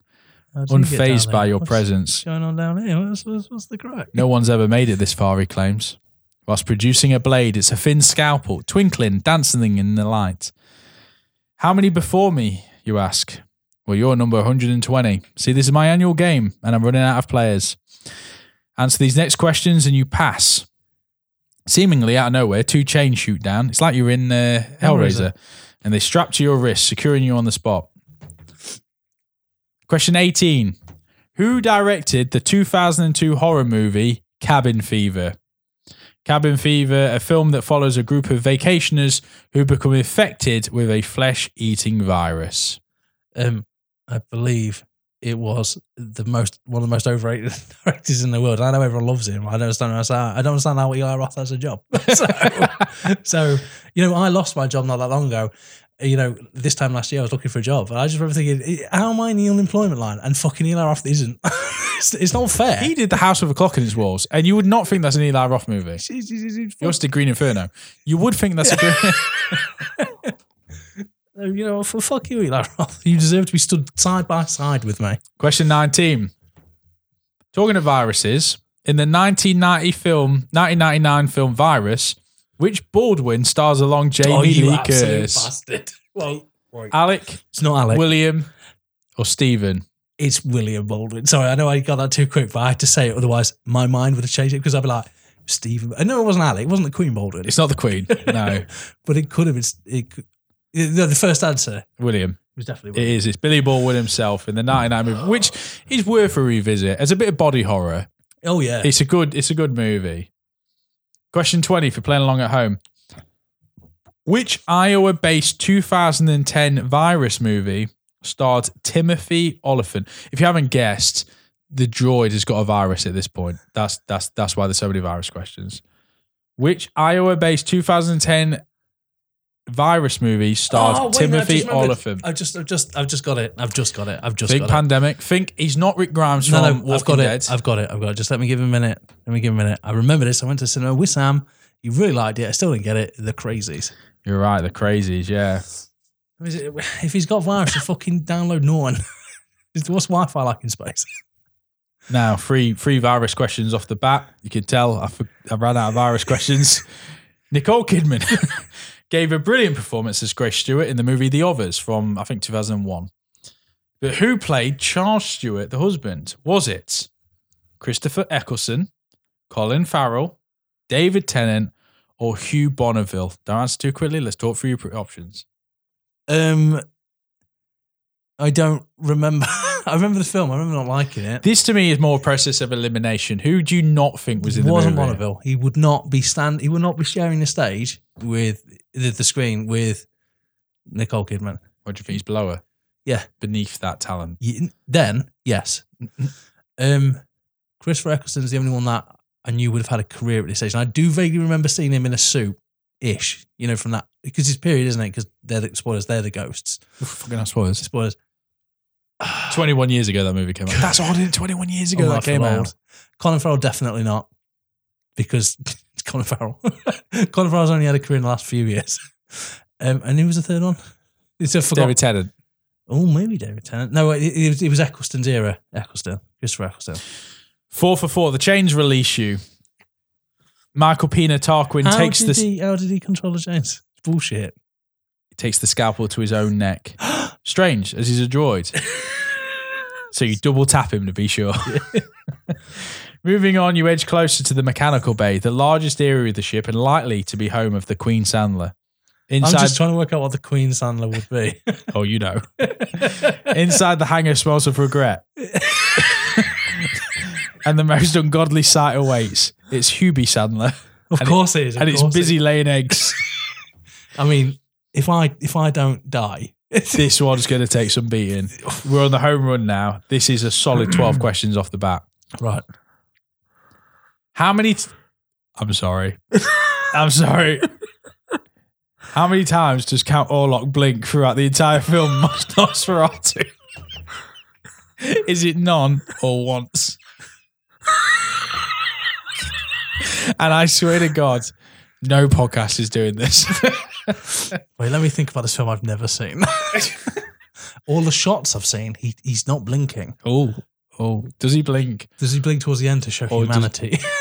B: How do you get down
A: unfazed
B: there?
A: by your
B: What's
A: presence.
B: Going on down here. What's, what's, what's the crack?
A: No one's ever made it this far, he claims. Whilst producing a blade, it's a thin scalpel, twinkling, dancing in the light. How many before me, you ask? Well, you're number 120. See, this is my annual game, and I'm running out of players. Answer these next questions, and you pass. Seemingly out of nowhere, two chains shoot down. It's like you're in uh,
B: Hellraiser.
A: Hellraiser, and they strap to your wrist, securing you on the spot. Question 18 Who directed the 2002 horror movie Cabin Fever? Cabin Fever, a film that follows a group of vacationers who become infected with a flesh eating virus.
B: um, I believe it was the most one of the most overrated directors in the world. I know everyone loves him. I don't understand. How, I don't understand how Eli Roth has a job. so, so, you know, I lost my job not that long ago. You know, this time last year I was looking for a job, and I just remember thinking, "How am I in the unemployment line?" And fucking Eli Roth isn't. it's, it's not fair.
A: He did The House with a Clock in Its Walls, and you would not think that's an Eli Roth movie.
B: He's- he's- he's- he's-
A: Yours did Green Inferno. You would think that's a Green
B: you know, f- fuck you, Eli Roth. You deserve to be stood side by side with me.
A: Question 19. Talking of viruses, in the 1990 film, 1999 film Virus, which Baldwin stars along Jamie Lee Curtis?
B: Oh, bastard. Well, right.
A: Alec,
B: it's not Alex.
A: William, or Stephen?
B: it's William Baldwin. Sorry, I know I got that too quick, but I had to say it. Otherwise, my mind would have changed it because I'd be like, Stephen. I know it wasn't Alec. It wasn't the Queen Baldwin.
A: It's not the Queen. No,
B: but it could have. It's it. could- The, the first answer
A: William.
B: was definitely.
A: It is. It's Billy Baldwin himself in the 99 movie, which is worth a revisit. As a bit of body horror,
B: oh yeah.
A: it's a good. It's a good movie. Question 20 for playing along at home. Which Iowa-based 2010 virus movie starred Timothy Oliphant? If you haven't guessed, the droid has got a virus at this point. That's that's that's why there's so many virus questions. Which Iowa-based 2010 virus movie starred
B: Oh, wait a minute, I've
A: Timothy
B: just remembered.
A: Oliphant?
B: I've just, I've just, I've just got it. I've just got it. I've just
A: Think
B: got
A: pandemic. Think he's not Rick Grimes
B: it. No,
A: from
B: no, I've
A: Walking
B: got
A: Dead.
B: it. I've got it. I've got it. Just let me give him a minute. Let me give him a minute. I remember this. I went to cinema with Sam. He really liked it. I still didn't get it. The crazies.
A: You're right. The crazies. Yeah.
B: Is it- If he's got virus, just fucking download Norn. What's Wi-Fi like in space?
A: Now, three three virus questions off the bat. You can tell I, for- I ran out of virus questions. Nicole Kidman gave a brilliant performance as Grace Stewart in the movie The Others from I think 2001. But who played Charles Stewart, the husband? Was it Christopher Eccleston, Colin Farrell, David Tennant, or Hugh Bonneville? Don't answer too quickly. Let's talk through your pr- options.
B: Um, I don't remember. I remember the film. I remember not liking it.
A: This to me is more a process of elimination. Who do you not think was in
B: it
A: the
B: wasn't
A: movie?
B: Bonneville. He would not be stand. He would not be sharing the stage with the, the screen with Nicole Kidman.
A: What do you think he's below her?
B: Yeah.
A: Beneath that talent.
B: You- then yes, um, Chris Eccleston's the only one that I knew would have had a career at this stage, and I do vaguely remember seeing him in a suit ish. You know, from that because his period, isn't it? Because they're the spoilers. They're the ghosts.
A: fucking I suppose.
B: Spoilers.
A: 21 years ago that movie came out. That's odd. isn't it? 21 years ago
B: Oh,
A: that
B: that's
A: came
B: old.
A: out.
B: Colin Farrell definitely not, because it's Colin Farrell. Colin Farrell's only had a career in the last few years. Um, and who was the third one? It's a forgot.
A: David Tennant.
B: Oh, maybe David Tennant. No, it, it, was- it was Eccleston's era. Eccleston, Christopher Eccleston.
A: Four for four. The chains release you. Michael Pina Tarquin
B: how
A: takes the
B: did he? How did he control the chains? Bullshit.
A: takes the scalpel to his own neck. Strange, as he's a droid. so you double tap him to be sure. Moving on, you edge closer to the mechanical bay, the largest area of the ship and likely to be home of the Queen Sandler.
B: I'm
A: Inside,
B: just trying to work out what the Queen Sandler would be.
A: oh, you know. Inside the hangar smells of regret. and the most ungodly sight awaits. It's Hubie Sandler,
B: of
A: And it-
B: course it is. of
A: and it's
B: course it
A: busy laying eggs.
B: is. I mean, if I if I don't die,
A: this one's going to take some beating. We're on the home run now. This is a solid 12 questions off the bat.
B: right?
A: How many? T- I'm sorry. I'm sorry. How many times does Count Orlok blink throughout the entire film Nosferatu? Is it none or once? and I swear to God, no podcast is doing this.
B: Wait, let me think about this film I've never seen. All the shots I've seen, he, he's not blinking.
A: oh, oh, does he blink?
B: Does he blink towards the end to show
A: Or does-
B: humanity?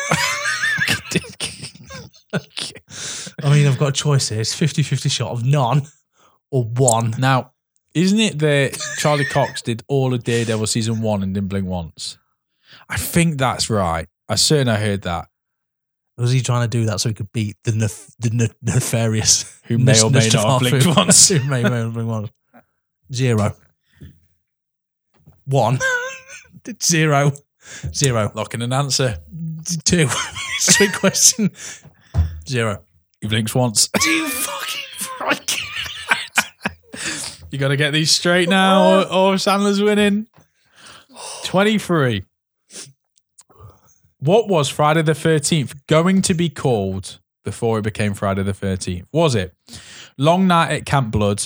B: I mean, I've got a choice here. It's 50 50 shot of none or one.
A: Now, isn't it that Charlie Cox did all of Daredevil season one and didn't blink once? I think that's right. I certainly heard that.
B: Was he trying to do that so he could beat the, nef- the ne- nefarious?
A: Who may or may not have blinked
B: Nestafu?
A: once.
B: Who may or may not have blinked once. Zero. One. Zero. Zero.
A: Lock in an answer.
B: Two. Three question. Zero.
A: He blinks once.
B: Do you fucking.
A: You got to get these straight now, or, or Sandler's winning. 23. What was Friday the 13th going to be called before it became Friday the 13th? Was it Long Night at Camp Blood,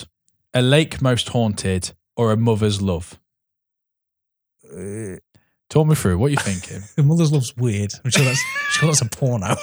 A: A Lake Most Haunted, or A Mother's Love?
B: Uh,
A: Talk me through. What are you thinking?
B: The Mother's Love's weird. I'm sure that's, I'm sure that's a porno.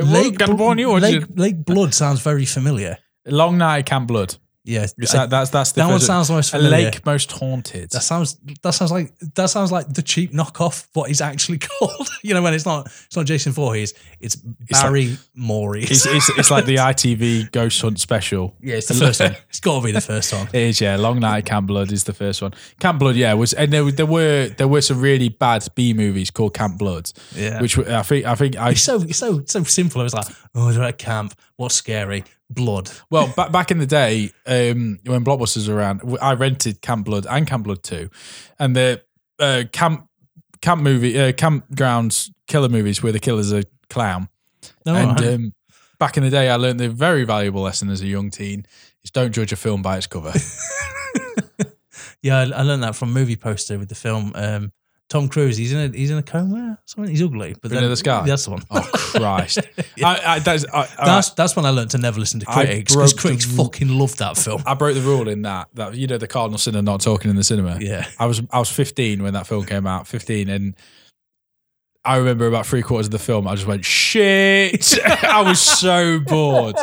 A: Blo-
B: Blo- Lake,
A: Lake-
B: Lake Blood sounds very familiar.
A: Long Night at Camp Blood.
B: Yeah,
A: It's
B: I-
A: that, that's, that's the
B: that one
A: first-
B: sounds most
A: A
B: familiar.
A: Lake Most Haunted.
B: That sounds that sounds like that sounds like the cheap knockoff. What he's actually called, you know, when it's not it's not Jason Voorhees, it's
A: like-
B: Barry Morey.
A: It's, it's, it's like the ITV Ghost Hunt special.
B: yeah, it's the first one. It's got to be the first one.
A: It is, yeah. Long Night at Camp Blood is the first one. Camp Blood, yeah, was and there, were- there were there were some really bad B movies called Camp Blood,
B: Yeah,
A: which were, I think I think I
B: it's so it's so so simple. I was like, oh, they're at camp. What's scary? Blood.
A: well back back in the day um, when Blockbusters were around, w- I rented Camp Blood and Camp Blood Two, and the uh, camp camp movie uh, campgrounds killer movies where the killer's a clown.
B: No,
A: and
B: Oh, right.
A: um, back in the day, I learned the very valuable lesson as a young teen is don't judge a film by its cover.
B: yeah, I, I learned that from movie poster with the film. Um, Tom Cruise, he's in a he's in a coma. or Something. He's ugly, but then
A: Vanilla Sky?
B: That's the one.
A: oh Christ! I, I, that's, I,
B: That's that's when I learned to never listen to
A: I
B: critics because
A: broke the
B: critics
A: rule.
B: fucking loved that film.
A: I broke the rule in that that you know the cardinal sin of not talking in the cinema.
B: Yeah.
A: I was I was 15 when that film came out, 15, and I remember about three quarters of the film, I just went shit. I was so bored.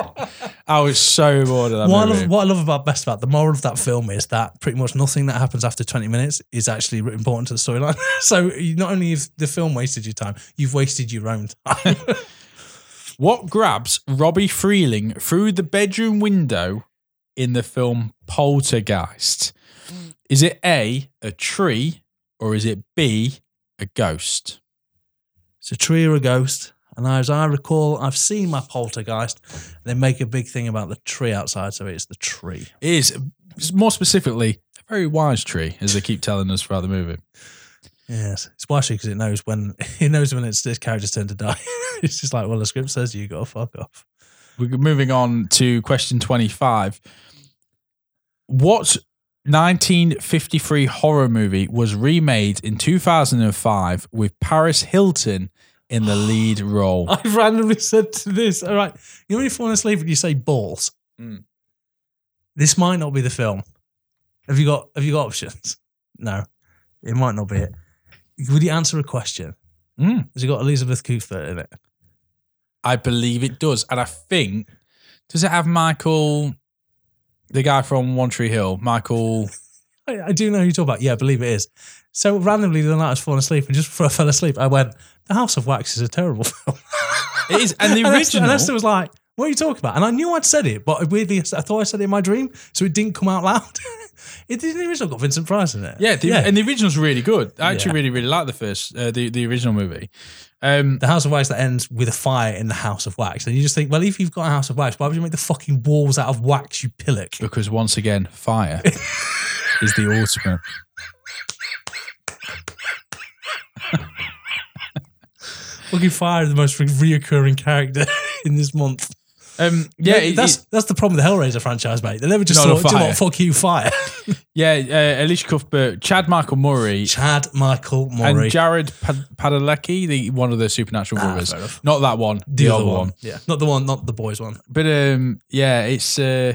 A: I was so bored of that
B: What I,
A: movie.
B: love, what I love about best about the moral of that film is that pretty much nothing that happens after 20 minutes is actually important to the storyline. so you, not only have the film wasted your time, you've wasted your own time.
A: What grabs Robbie Freeling through the bedroom window in the film Poltergeist? Is it A, a tree, or is it B, a ghost?
B: it's a tree or a ghost. And as I recall, I've seen my poltergeist. They make a big thing about the tree outside, so it's the tree.
A: It is more specifically a very wise tree, as they keep telling us throughout the movie.
B: Yes, it's why because it knows when it knows when it's this character's turn to die. it's just like, well, the script says you got to fuck off.
A: We're moving on to question 25. What 1953 horror movie was remade in 2005 with Paris Hilton in the lead role?
B: I've randomly said to this, all right, you know, when you fall asleep and you say balls,
A: Mm.
B: this might not be the film. Have you got Have you got options? No, it might not be it. Would you answer a question?
A: Mm.
B: Has it got Elizabeth Cuthbert in it?
A: I believe it does. And I think, does it have Michael, the guy from One Tree Hill? Michael,
B: I, I do know who you talk about. Yeah, I believe it is. So randomly the other night I was falling asleep and just before I fell asleep, I went, The House of Wax is a terrible film.
A: It is, and the original-
B: Esther was like, What are you talking about? And I knew I'd said it, but weirdly I thought I said it in my dream, so it didn't come out loud. it didn't the original got Vincent Price in it.
A: yeah, the,
B: yeah.
A: and the original's really good. I actually
B: Yeah.
A: really, really like the first, uh, the the original movie. Um,
B: the House of Wax that ends with a fire in the House of Wax. And you just think, well, if you've got a House of Wax, why would you make the fucking walls out of wax, you pillock?
A: because once again, fire is the ultimate.
B: Fucking fire is the most re- reoccurring character in this month.
A: Um, yeah, it-
B: that's that's the problem with the Hellraiser franchise, mate. They never just
A: Not
B: thought,
A: a
B: "Do you know
A: fire."
B: what, fuck you, fire.
A: Yeah, uh, Alicia Cuthbert, Chad Michael Murray,
B: Chad Michael Murray.
A: and Jared Pad- Padalecki, the one of the supernatural
B: Ah,
A: brothers.
B: fair enough.
A: Not that one, the, other one.
B: Yeah. Not the one, not the boys one.
A: But um, yeah, it's uh,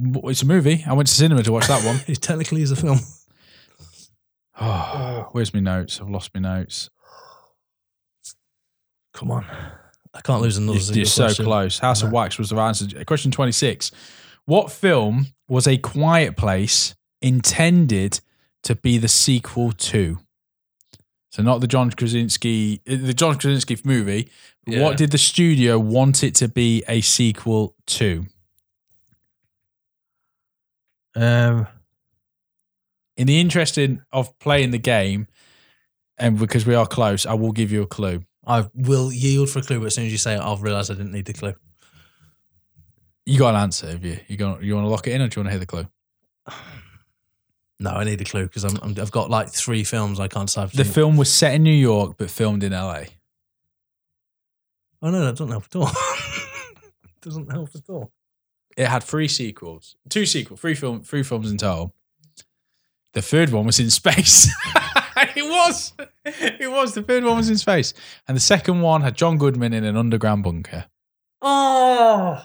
A: w- it's a movie. I went to cinema to watch that one.
B: It technically is a film.
A: Oh, where's my notes? I've lost my notes.
B: Come on. I can't lose another
A: You're,
B: single
A: so
B: question.
A: close. House of Wax was the answer. Question twenty six: What film was A Quiet Place intended to be the sequel to? So not the John Krasinski, uh, the John Krasinski movie.
B: Yeah.
A: What did the studio want it to be a sequel to?
B: Um,
A: In the interest in, of playing the game, and because we are close, I will give you a clue.
B: I will yield for a clue, but as soon as you say it, I'll realise I didn't need the clue.
A: You got an answer, have you? You going you want to lock it in, or do you want to hear the clue?
B: No, I need a clue because I'm, I'm, I've got like three films I can't decide.
A: The
B: between.
A: film was set in New York, but filmed in LA.
B: oh no, that doesn't help at all. doesn't help at all.
A: It had three sequels, two sequels, three film, three films in total. The third one was in space. it was, it was. The third one was in space, and the second one had John Goodman in an underground bunker.
B: Oh,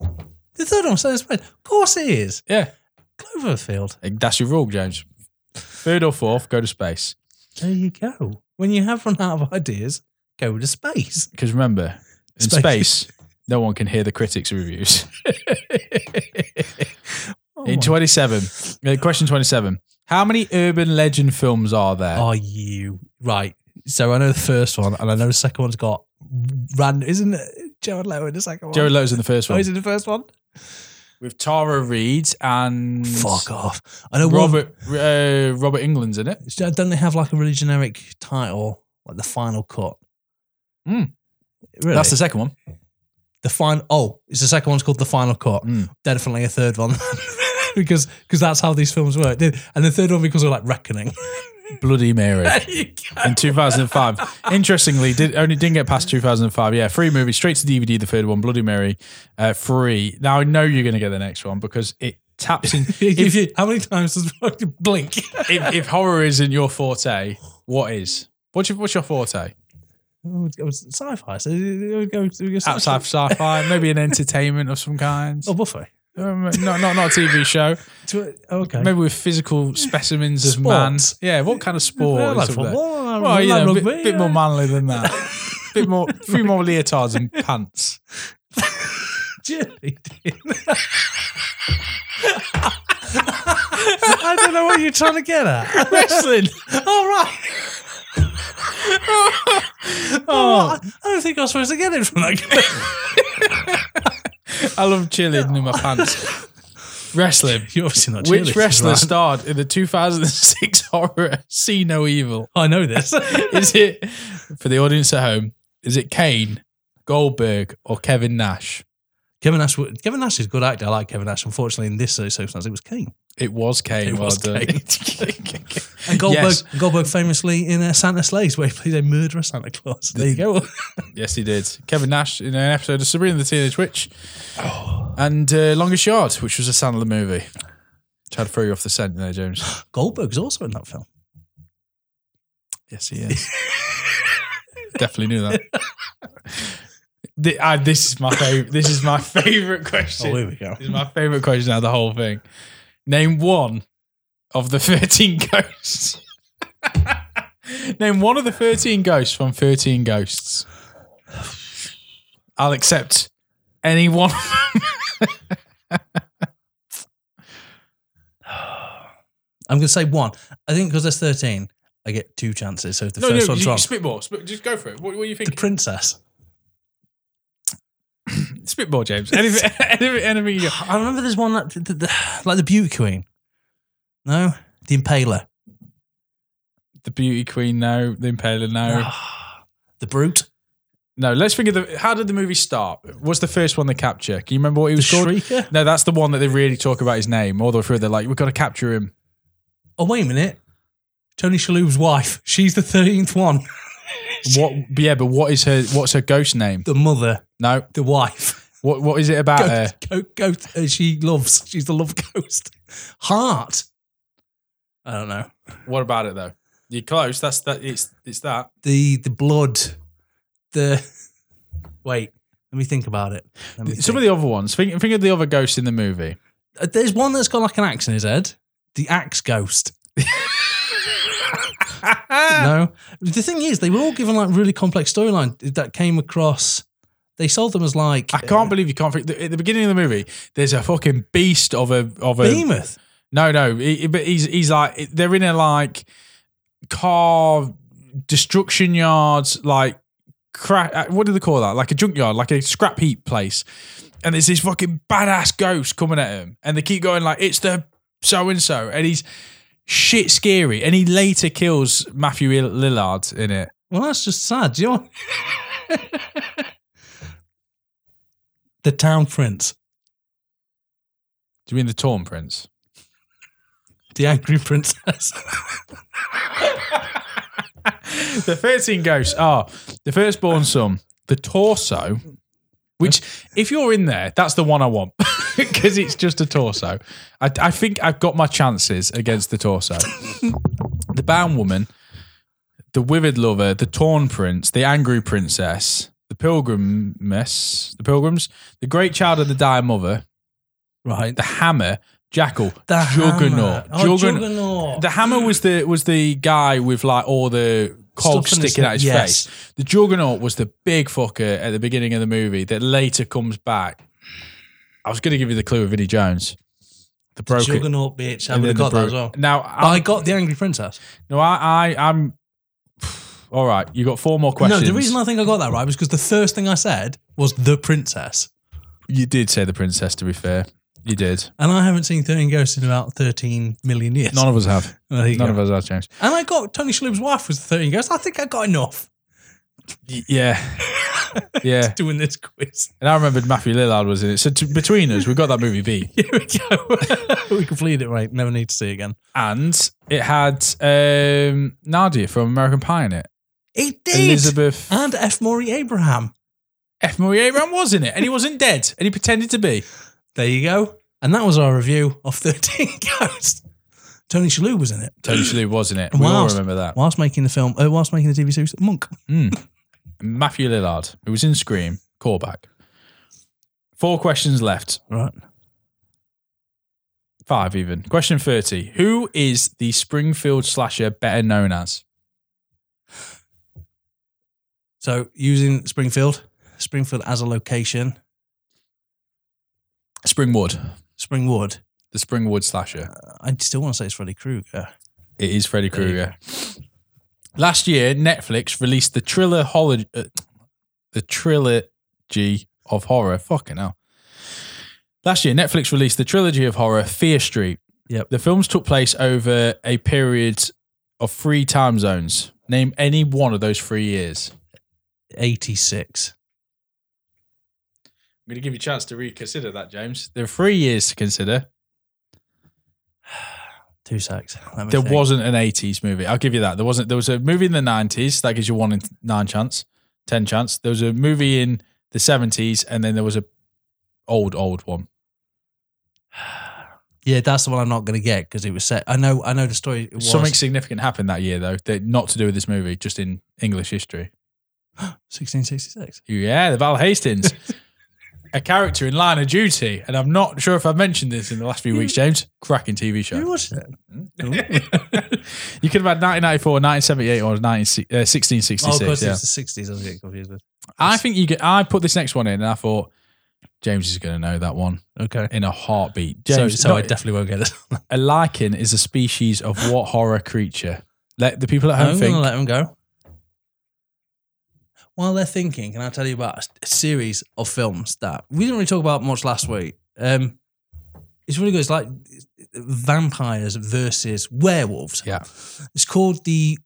B: the third one says, "Of course it is."
A: Yeah,
B: Cloverfield.
A: that's your rule, James. Third or fourth, go to space.
B: There you go. When you have run out of ideas, go to space.
A: Because remember, in
B: Space.
A: space, no one can hear the critics' reviews.
B: Oh,
A: in
B: my-
A: twenty-seven, uh, question twenty-seven: How many urban legend films are there?
B: Are you right? So I know the first one, and I know the second one's got random. Isn't it Jared Leto in the second one?
A: Jared Leto's in the first
B: oh,
A: one
B: he's in the first one.
A: with Tara Reid and
B: Fuck off! I know one.
A: Robert uh, Robert England's in it.
B: So Don't they have like a really generic title, like the final cut?
A: Mm.
B: Really?
A: That's the second one.
B: the final. Oh, it's the second one's called the final cut.
A: Mm.
B: Definitely a third one because because that's how these films work. And the third one because of like reckoning.
A: Bloody Mary in 2005. Interestingly, did only didn't get past 2005. Yeah, free movie straight to DVD. The third one, Bloody Mary, uh, free. Now I know you're going to get the next one because it taps in.
B: if you, how many times does fucking blink?
A: if, if horror isn't your forte, what is? What's your, what's your forte?
B: it was Oh, sci-fi. So it would go, it would go
A: Outside of sci-fi, maybe an entertainment of some kind.
B: Oh, buffet.
A: Um, not, not, not a TV show.
B: To- oh, Okay.
A: Maybe with physical specimens of
B: Sport.
A: man. Yeah, what kind of sport?
B: Yeah,
A: is
B: like
A: up there?
B: football. I
A: Well, you
B: like
A: know, a
B: rugby,
A: bit, bit more
B: yeah.
A: manly than that. bit more, three more leotards and pants.
B: cheerleading. I don't know what you're trying to get at.
A: Wrestling.
B: All right. Oh, I don't think I was supposed to get it from that guy.
A: I love cheerleading in my pants. Wrestling.
B: You're obviously not
A: Which
B: cheerleading,
A: wrestler
B: right?
A: starred in the 2006 horror See No Evil?
B: I know this.
A: Is it, for the audience at home, Is it Kane, Goldberg, or Kevin Nash?
B: Kevin Nash. w- Kevin Nash is a good actor. I like Kevin Nash. Unfortunately, in this circumstance, it was Kane
A: It was Kane.
B: It
A: well
B: was
A: done.
B: Kane. and Goldberg.
A: Yes.
B: Goldberg famously in uh, Santa Slays, where he played a murderer Santa Claus. There you go.
A: Yes, he did. Kevin Nash in an episode of Sabrina the Teenage Witch, and uh, Longest Yard, which was a Sandler movie. Tried to throw you off the scent there, James.
B: Goldberg's also in that film.
A: Yes, he is. Definitely knew that. The- ah, this is my favorite. This is my favorite question.
B: Oh, here we go.
A: This is my favorite question out of the whole thing. Name one of the 13 ghosts. Name one of the 13 ghosts from 13 ghosts. I'll accept any one.
B: I'm going to say one. I think because there's 13, I get two chances. So if the
A: no,
B: first
A: no,
B: one's
A: you,
B: wrong,
A: you spitball. Spit, just go for it. What, what do you
B: the
A: think?
B: princess.
A: Spitball, James. Anything, anything, anything you got.
B: I remember there's one that, the, the, like the beauty queen. No, the impaler.
A: The beauty queen, no. The impaler, no.
B: the brute.
A: No, let's think of the. How did the movie start? What's the first one they capture? Can you remember what he
B: The
A: was called?
B: shrieker.
A: No, that's the one that they really talk about his name all the way through. They're like, we've got to capture him.
B: Oh, wait a minute. Tony Shalhoub's wife. She's the 13th one.
A: What? Yeah, but what is her? What's her ghost name?
B: The mother.
A: No.
B: The wife.
A: What? What is it about her?
B: Ghost, go, ghost, uh, she loves. She's the love ghost. Heart. I don't know.
A: What about it though? You're close. That's that. It's it's that.
B: the the blood, the wait. Let me think about it. Let me
A: Some of
B: think.
A: the other ones. Think think of the other ghosts in the movie.
B: Uh, There's one that's got like an axe in his head. The axe ghost.
A: Ah.
B: no, the thing is, they were all given like really complex storyline that came across. They sold them as like
A: I can't believe you can't. Think, at the beginning of the movie, there's a fucking beast of a of a.
B: behemoth.
A: No, no. he- he- But he's he's like they're in a like car destruction yards, like crack. What do they call that? Like a junkyard, like a scrap heap place. And there's this fucking badass ghost coming at him, and they keep going like it's the so and so, and he's shit scary. And he later kills Matthew Ill- Lillard in it.
B: Well, that's just sad. Do you know? the town prince,
A: Do you mean the Torn Prince?
B: the angry princess.
A: the 13 ghosts are the firstborn son, the torso, which, if you're in there, that's the one I want because it's just a torso. I, I think I've got my chances against the torso. the bound woman, the withered lover, the torn prince, the angry princess, the pilgrimess, the pilgrims, the great child and the dire mother,
B: right.
A: the hammer, jackal,
B: The
A: juggernaut.
B: hammer. Oh,
A: Juggernaut.
B: juggernaut.
A: The hammer was the was the guy with like all the cogs
B: Stuff in his
A: sticking out his
B: neck, yes.
A: face. The juggernaut was the big fucker at the beginning of the movie that later comes back. I was going to give you the clue of Vinnie Jones, the broken.
B: Juggernaut bitch. I
A: and then
B: would have
A: the
B: got that
A: bro-
B: as well.
A: Now I,
B: I got the Angry Princess.
A: no, I, I I'm all right. You got four more questions.
B: No, the reason I think I got that right was because the first thing I said was the princess,
A: you did say the princess. To be fair, you did.
B: and I haven't seen Thirteen Ghosts in about thirteen million years.
A: None of us have.
B: There you
A: None
B: go.
A: of us have, James.
B: And I got Tony Shalhoub's wife was the Thirteen Ghosts. I think I got enough
A: Y- Yeah, yeah.
B: doing this quiz.
A: And I remembered Matthew Lillard was in it. So t- between us, we got that movie V.
B: Here we go. we completed it right. Never need to see it again.
A: and it had um, Nadia from American Pie in it.
B: It did.
A: Elizabeth
B: And F. Maury Abraham.
A: F. Murray Abraham was in it, and he wasn't dead, and he pretended to be.
B: There you go. And that was our review of Thirteen Ghosts. Tony Shalhoub was in it.
A: Tony Shalhoub was in it. We all
B: Wow.
A: remember that.
B: Whilst making the film, uh, whilst making the TV series, Monk.
A: Matthew Lillard, who was in Scream, callback. Four questions left.
B: Right.
A: Five even. Question thirty: Who is the Springfield slasher better known as?
B: So using Springfield, Springfield as a location,
A: Springwood,
B: Springwood.
A: the Springwood slasher.
B: I still want to say it's Freddy Krueger.
A: It is Freddy Krueger. Last year, Netflix released the thriller holo- uh, the trilogy of horror. Fucking hell. Last year, Netflix released the trilogy of horror, Fear Street.
B: Yep.
A: The films took place over a period of three time zones. Name any one of those three years.
B: 86.
A: I'm going to give you a chance to reconsider that, James. There are three years to consider.
B: Two sacks. Let me
A: There
B: think.
A: wasn't an 80s movie. I'll give you that. There wasn't. There was a movie in the 90s that gives you one in nine chance, ten chance. There was a movie in the 70s, and then there was a old old one.
B: Yeah, that's the one I'm not going to get because it was set. I know, I know the story. It was
A: Something significant happened that year, though, that not to do with this movie, just in English history.
B: 1666.
A: Yeah, the Val Hastings, a character in Line of Duty, and I'm not sure if I've mentioned this in the last few weeks, James. Cracking TV show.
B: Did you watch it?
A: you could have had 1994, 1978, or 19, uh,
B: Oh,
A: 1666.
B: of course,
A: yeah.
B: it's the 60s. I was getting confused with.
A: I think you get. I put this next one in, and I thought James is going to know that one
B: Okay.
A: in a heartbeat.
B: So,
A: James,
B: so I
A: not-
B: definitely won't get this.
A: a lichen is a species of what horror creature? Let the people at home
B: I'm going
A: think.
B: to let them go. While they're thinking, can I tell you about a s- a series of films that we didn't really talk about much last week? Um, it's really good. It's like vampires versus werewolves.
A: Yeah.
B: It's called The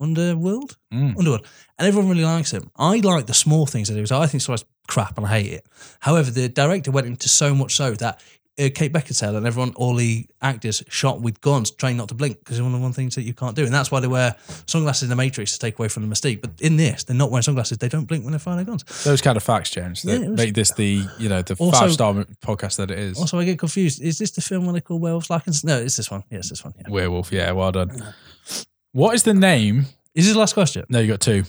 B: Underworld.
A: Mm.
B: Underworld. And everyone really likes it. I like the small things they do. So I think it's crap and I hate it. However, the director went into so much so that uh, Kate Beckinsale and everyone, all the actors, shot with guns, trained not to blink because it's one of the one things that you can't do. And that's why they wear sunglasses in the Matrix to take away from the mistake. But in this, they're not wearing sunglasses. They don't blink when they fire their guns.
A: Those kind of facts, James, that
B: Oh. Yeah, it was-
A: make this the you know the
B: Also-
A: five star podcast that it is.
B: Also, I get confused. Is this the film where they call werewolves lichens? No, it's this one. Yeah, it's this one. Yeah.
A: Werewolf, yeah, well done. What is the name?
B: Is this the last question?
A: No, you got two.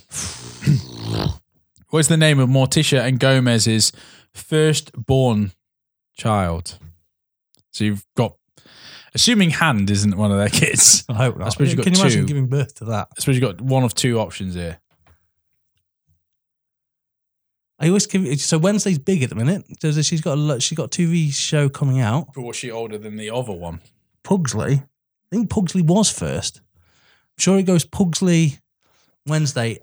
A: what is the name of Morticia and Gomez's firstborn child? So you've got, assuming Hand isn't one of their kids.
B: I hope not.
A: I suppose you've got
B: Can you
A: two.
B: imagine giving birth to that?
A: I suppose you've got one of two options here.
B: I always give, so Wednesday's big at the minute. So she's got a lo- she's got a TV show coming out.
A: But was she older than the other one?
B: Pugsley. I think Pugsley was first. I'm sure it goes Pugsley Wednesday.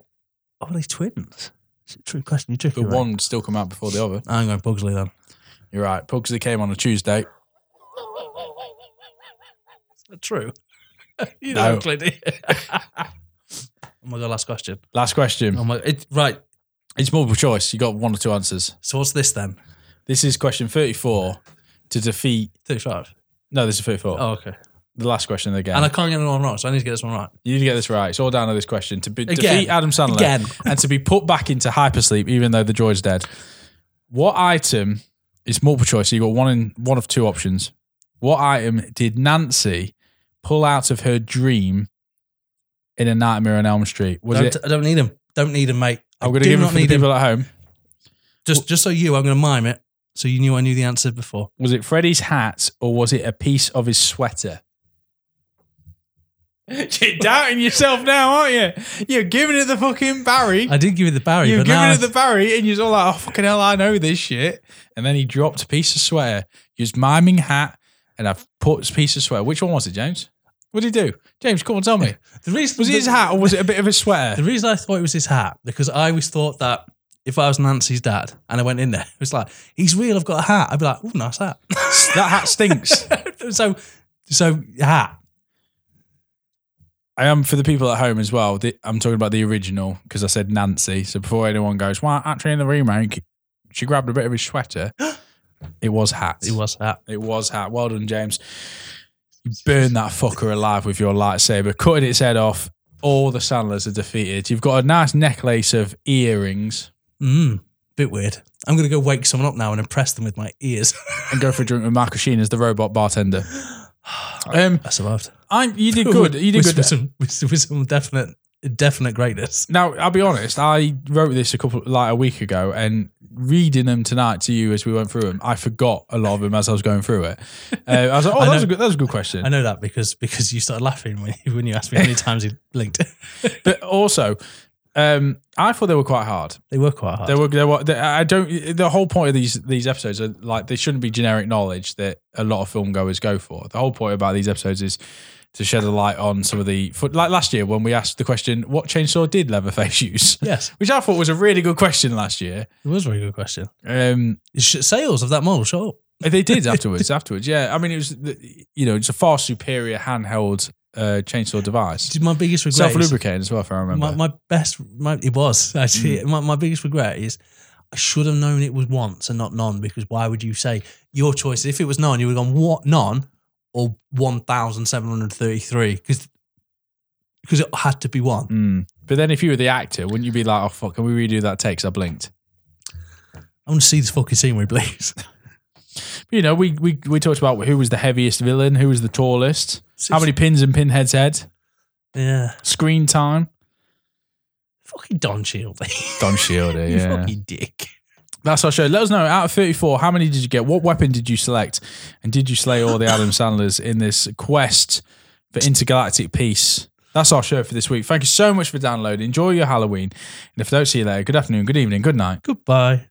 B: Are they twins? It's a true question. You tricky.
A: But
B: right?
A: one still come out before the other.
B: I'm going Pugsley then.
A: You're right. Pugsley came on a Tuesday.
B: True. you
A: No.
B: know, Clint. oh my god! Last question.
A: Last question.
B: Oh my. It, right.
A: It's multiple choice. You got one or two answers.
B: So what's this then?
A: This is question 34 to defeat.
B: Thirty-five.
A: No, this is 34.
B: Oh, okay.
A: The last question of the game.
B: And I can't get anyone wrong, so I need to get this one right.
A: You need to get this right. It's all down to this question. To be,
B: Again.
A: defeat Adam Sandler
B: Again.
A: and to be put back into hypersleep, even though the droid's dead. What item? It's multiple choice. So you got one in one of two options. What item did Nancy pull out of her dream in A Nightmare on Elm Street? Was
B: Don't,
A: it?
B: I don't need him. Don't need him, mate.
A: I'm going to
B: I do
A: give it
B: not
A: for the
B: need him.
A: people at home.
B: Just, just so you, I'm going to mime it. So you knew I knew the answer before.
A: Was it Freddy's hat or was it a piece of his sweater? You're doubting yourself now, aren't you? You're giving it the fucking Barry.
B: I did give you the Barry,
A: You've
B: but
A: given
B: now
A: it the Barry, and you're all like, "Oh fucking hell, I know this shit." And then he dropped a piece of sweater, used miming hat, and I've put a piece of sweater. Which one was it, James? What did he do, James? Come on, tell me.
B: the reason
A: Was it his
B: the-
A: hat or was it a bit of a
B: The
A: sweater?
B: reason I thought it was his hat because I always thought that if I was Nancy's dad and I went in there, it was like he's real. I've got a hat. I'd be like, oh, nice hat.
A: that hat stinks.
B: so, so hat.
A: I am for the people at home as well. The, I'm talking about the original because I said Nancy. So before anyone goes, well, actually in the remake, she grabbed a bit of his sweater. It was hat.
B: It was hat.
A: It was hat. Well done, James. You burn that fucker alive with your lightsaber, cutting its head off. All the Sandlers are defeated. You've got a nice necklace of earrings
B: Mm, bit weird. I'm gonna go wake someone up now and impress them with my ears.
A: and go for a drink with Michael Sheen as the robot bartender. Um,
B: I survived.
A: I, you did good. You did
B: with, With
A: good.
B: some, with, with some definite, definite greatness.
A: Now, I'll be honest. I wrote this a couple, like a week ago, and reading them tonight to you as we went through them, I forgot a lot of them as I was going through it. Uh, I was like, "Oh, that was a good, that was a good question."
B: I know that because because you started laughing when you, when you asked me how many times he blinked.
A: But also, um, I thought they were quite hard.
B: they were quite hard.
A: There were, there were. There, I don't. The whole point of these these episodes are like they shouldn't be generic knowledge that a lot of film goers go for. The whole point about these episodes is to shed a light on some of the. For, like last year when we asked the question, "What chainsaw did Leatherface use?"
B: yes,
A: which I thought was a really good question last year.
B: it was a very good question.
A: Um,
B: Sh- Sales of that model shot up.
A: they did afterwards. afterwards, yeah. I mean, it was the- you know it's a far superior handheld uh, chainsaw device.
B: Did my biggest regret.
A: Self
B: is-
A: lubricating as well, if I remember. Mm.
B: my, my best my, it was actually my, my biggest regret is I should have known it was once and not none because why would you say your choice if it was none you would have gone what none or 1733 because because it had to be one
A: Mm. But then if you were the actor, wouldn't you be like, oh, fuck, can we redo that take? 'Cause I blinked.
B: I want to see this fucking scenery please
A: But, you know, we, we, we talked about who was the heaviest villain, who was the tallest, how many pins in Pinhead's head,
B: yeah
A: screen time.
B: fucking Don Shield
A: Don Shielder,
B: you
A: yeah.
B: fucking dick
A: That's our show. Let us know out of 34, how many did you get? What weapon did you select? And did you slay all the Adam Sandlers in this quest for intergalactic peace? That's our show for this week. Thank you so much for downloading. Enjoy your Halloween. And if I don't see you later, good afternoon, good evening, good night.
B: goodbye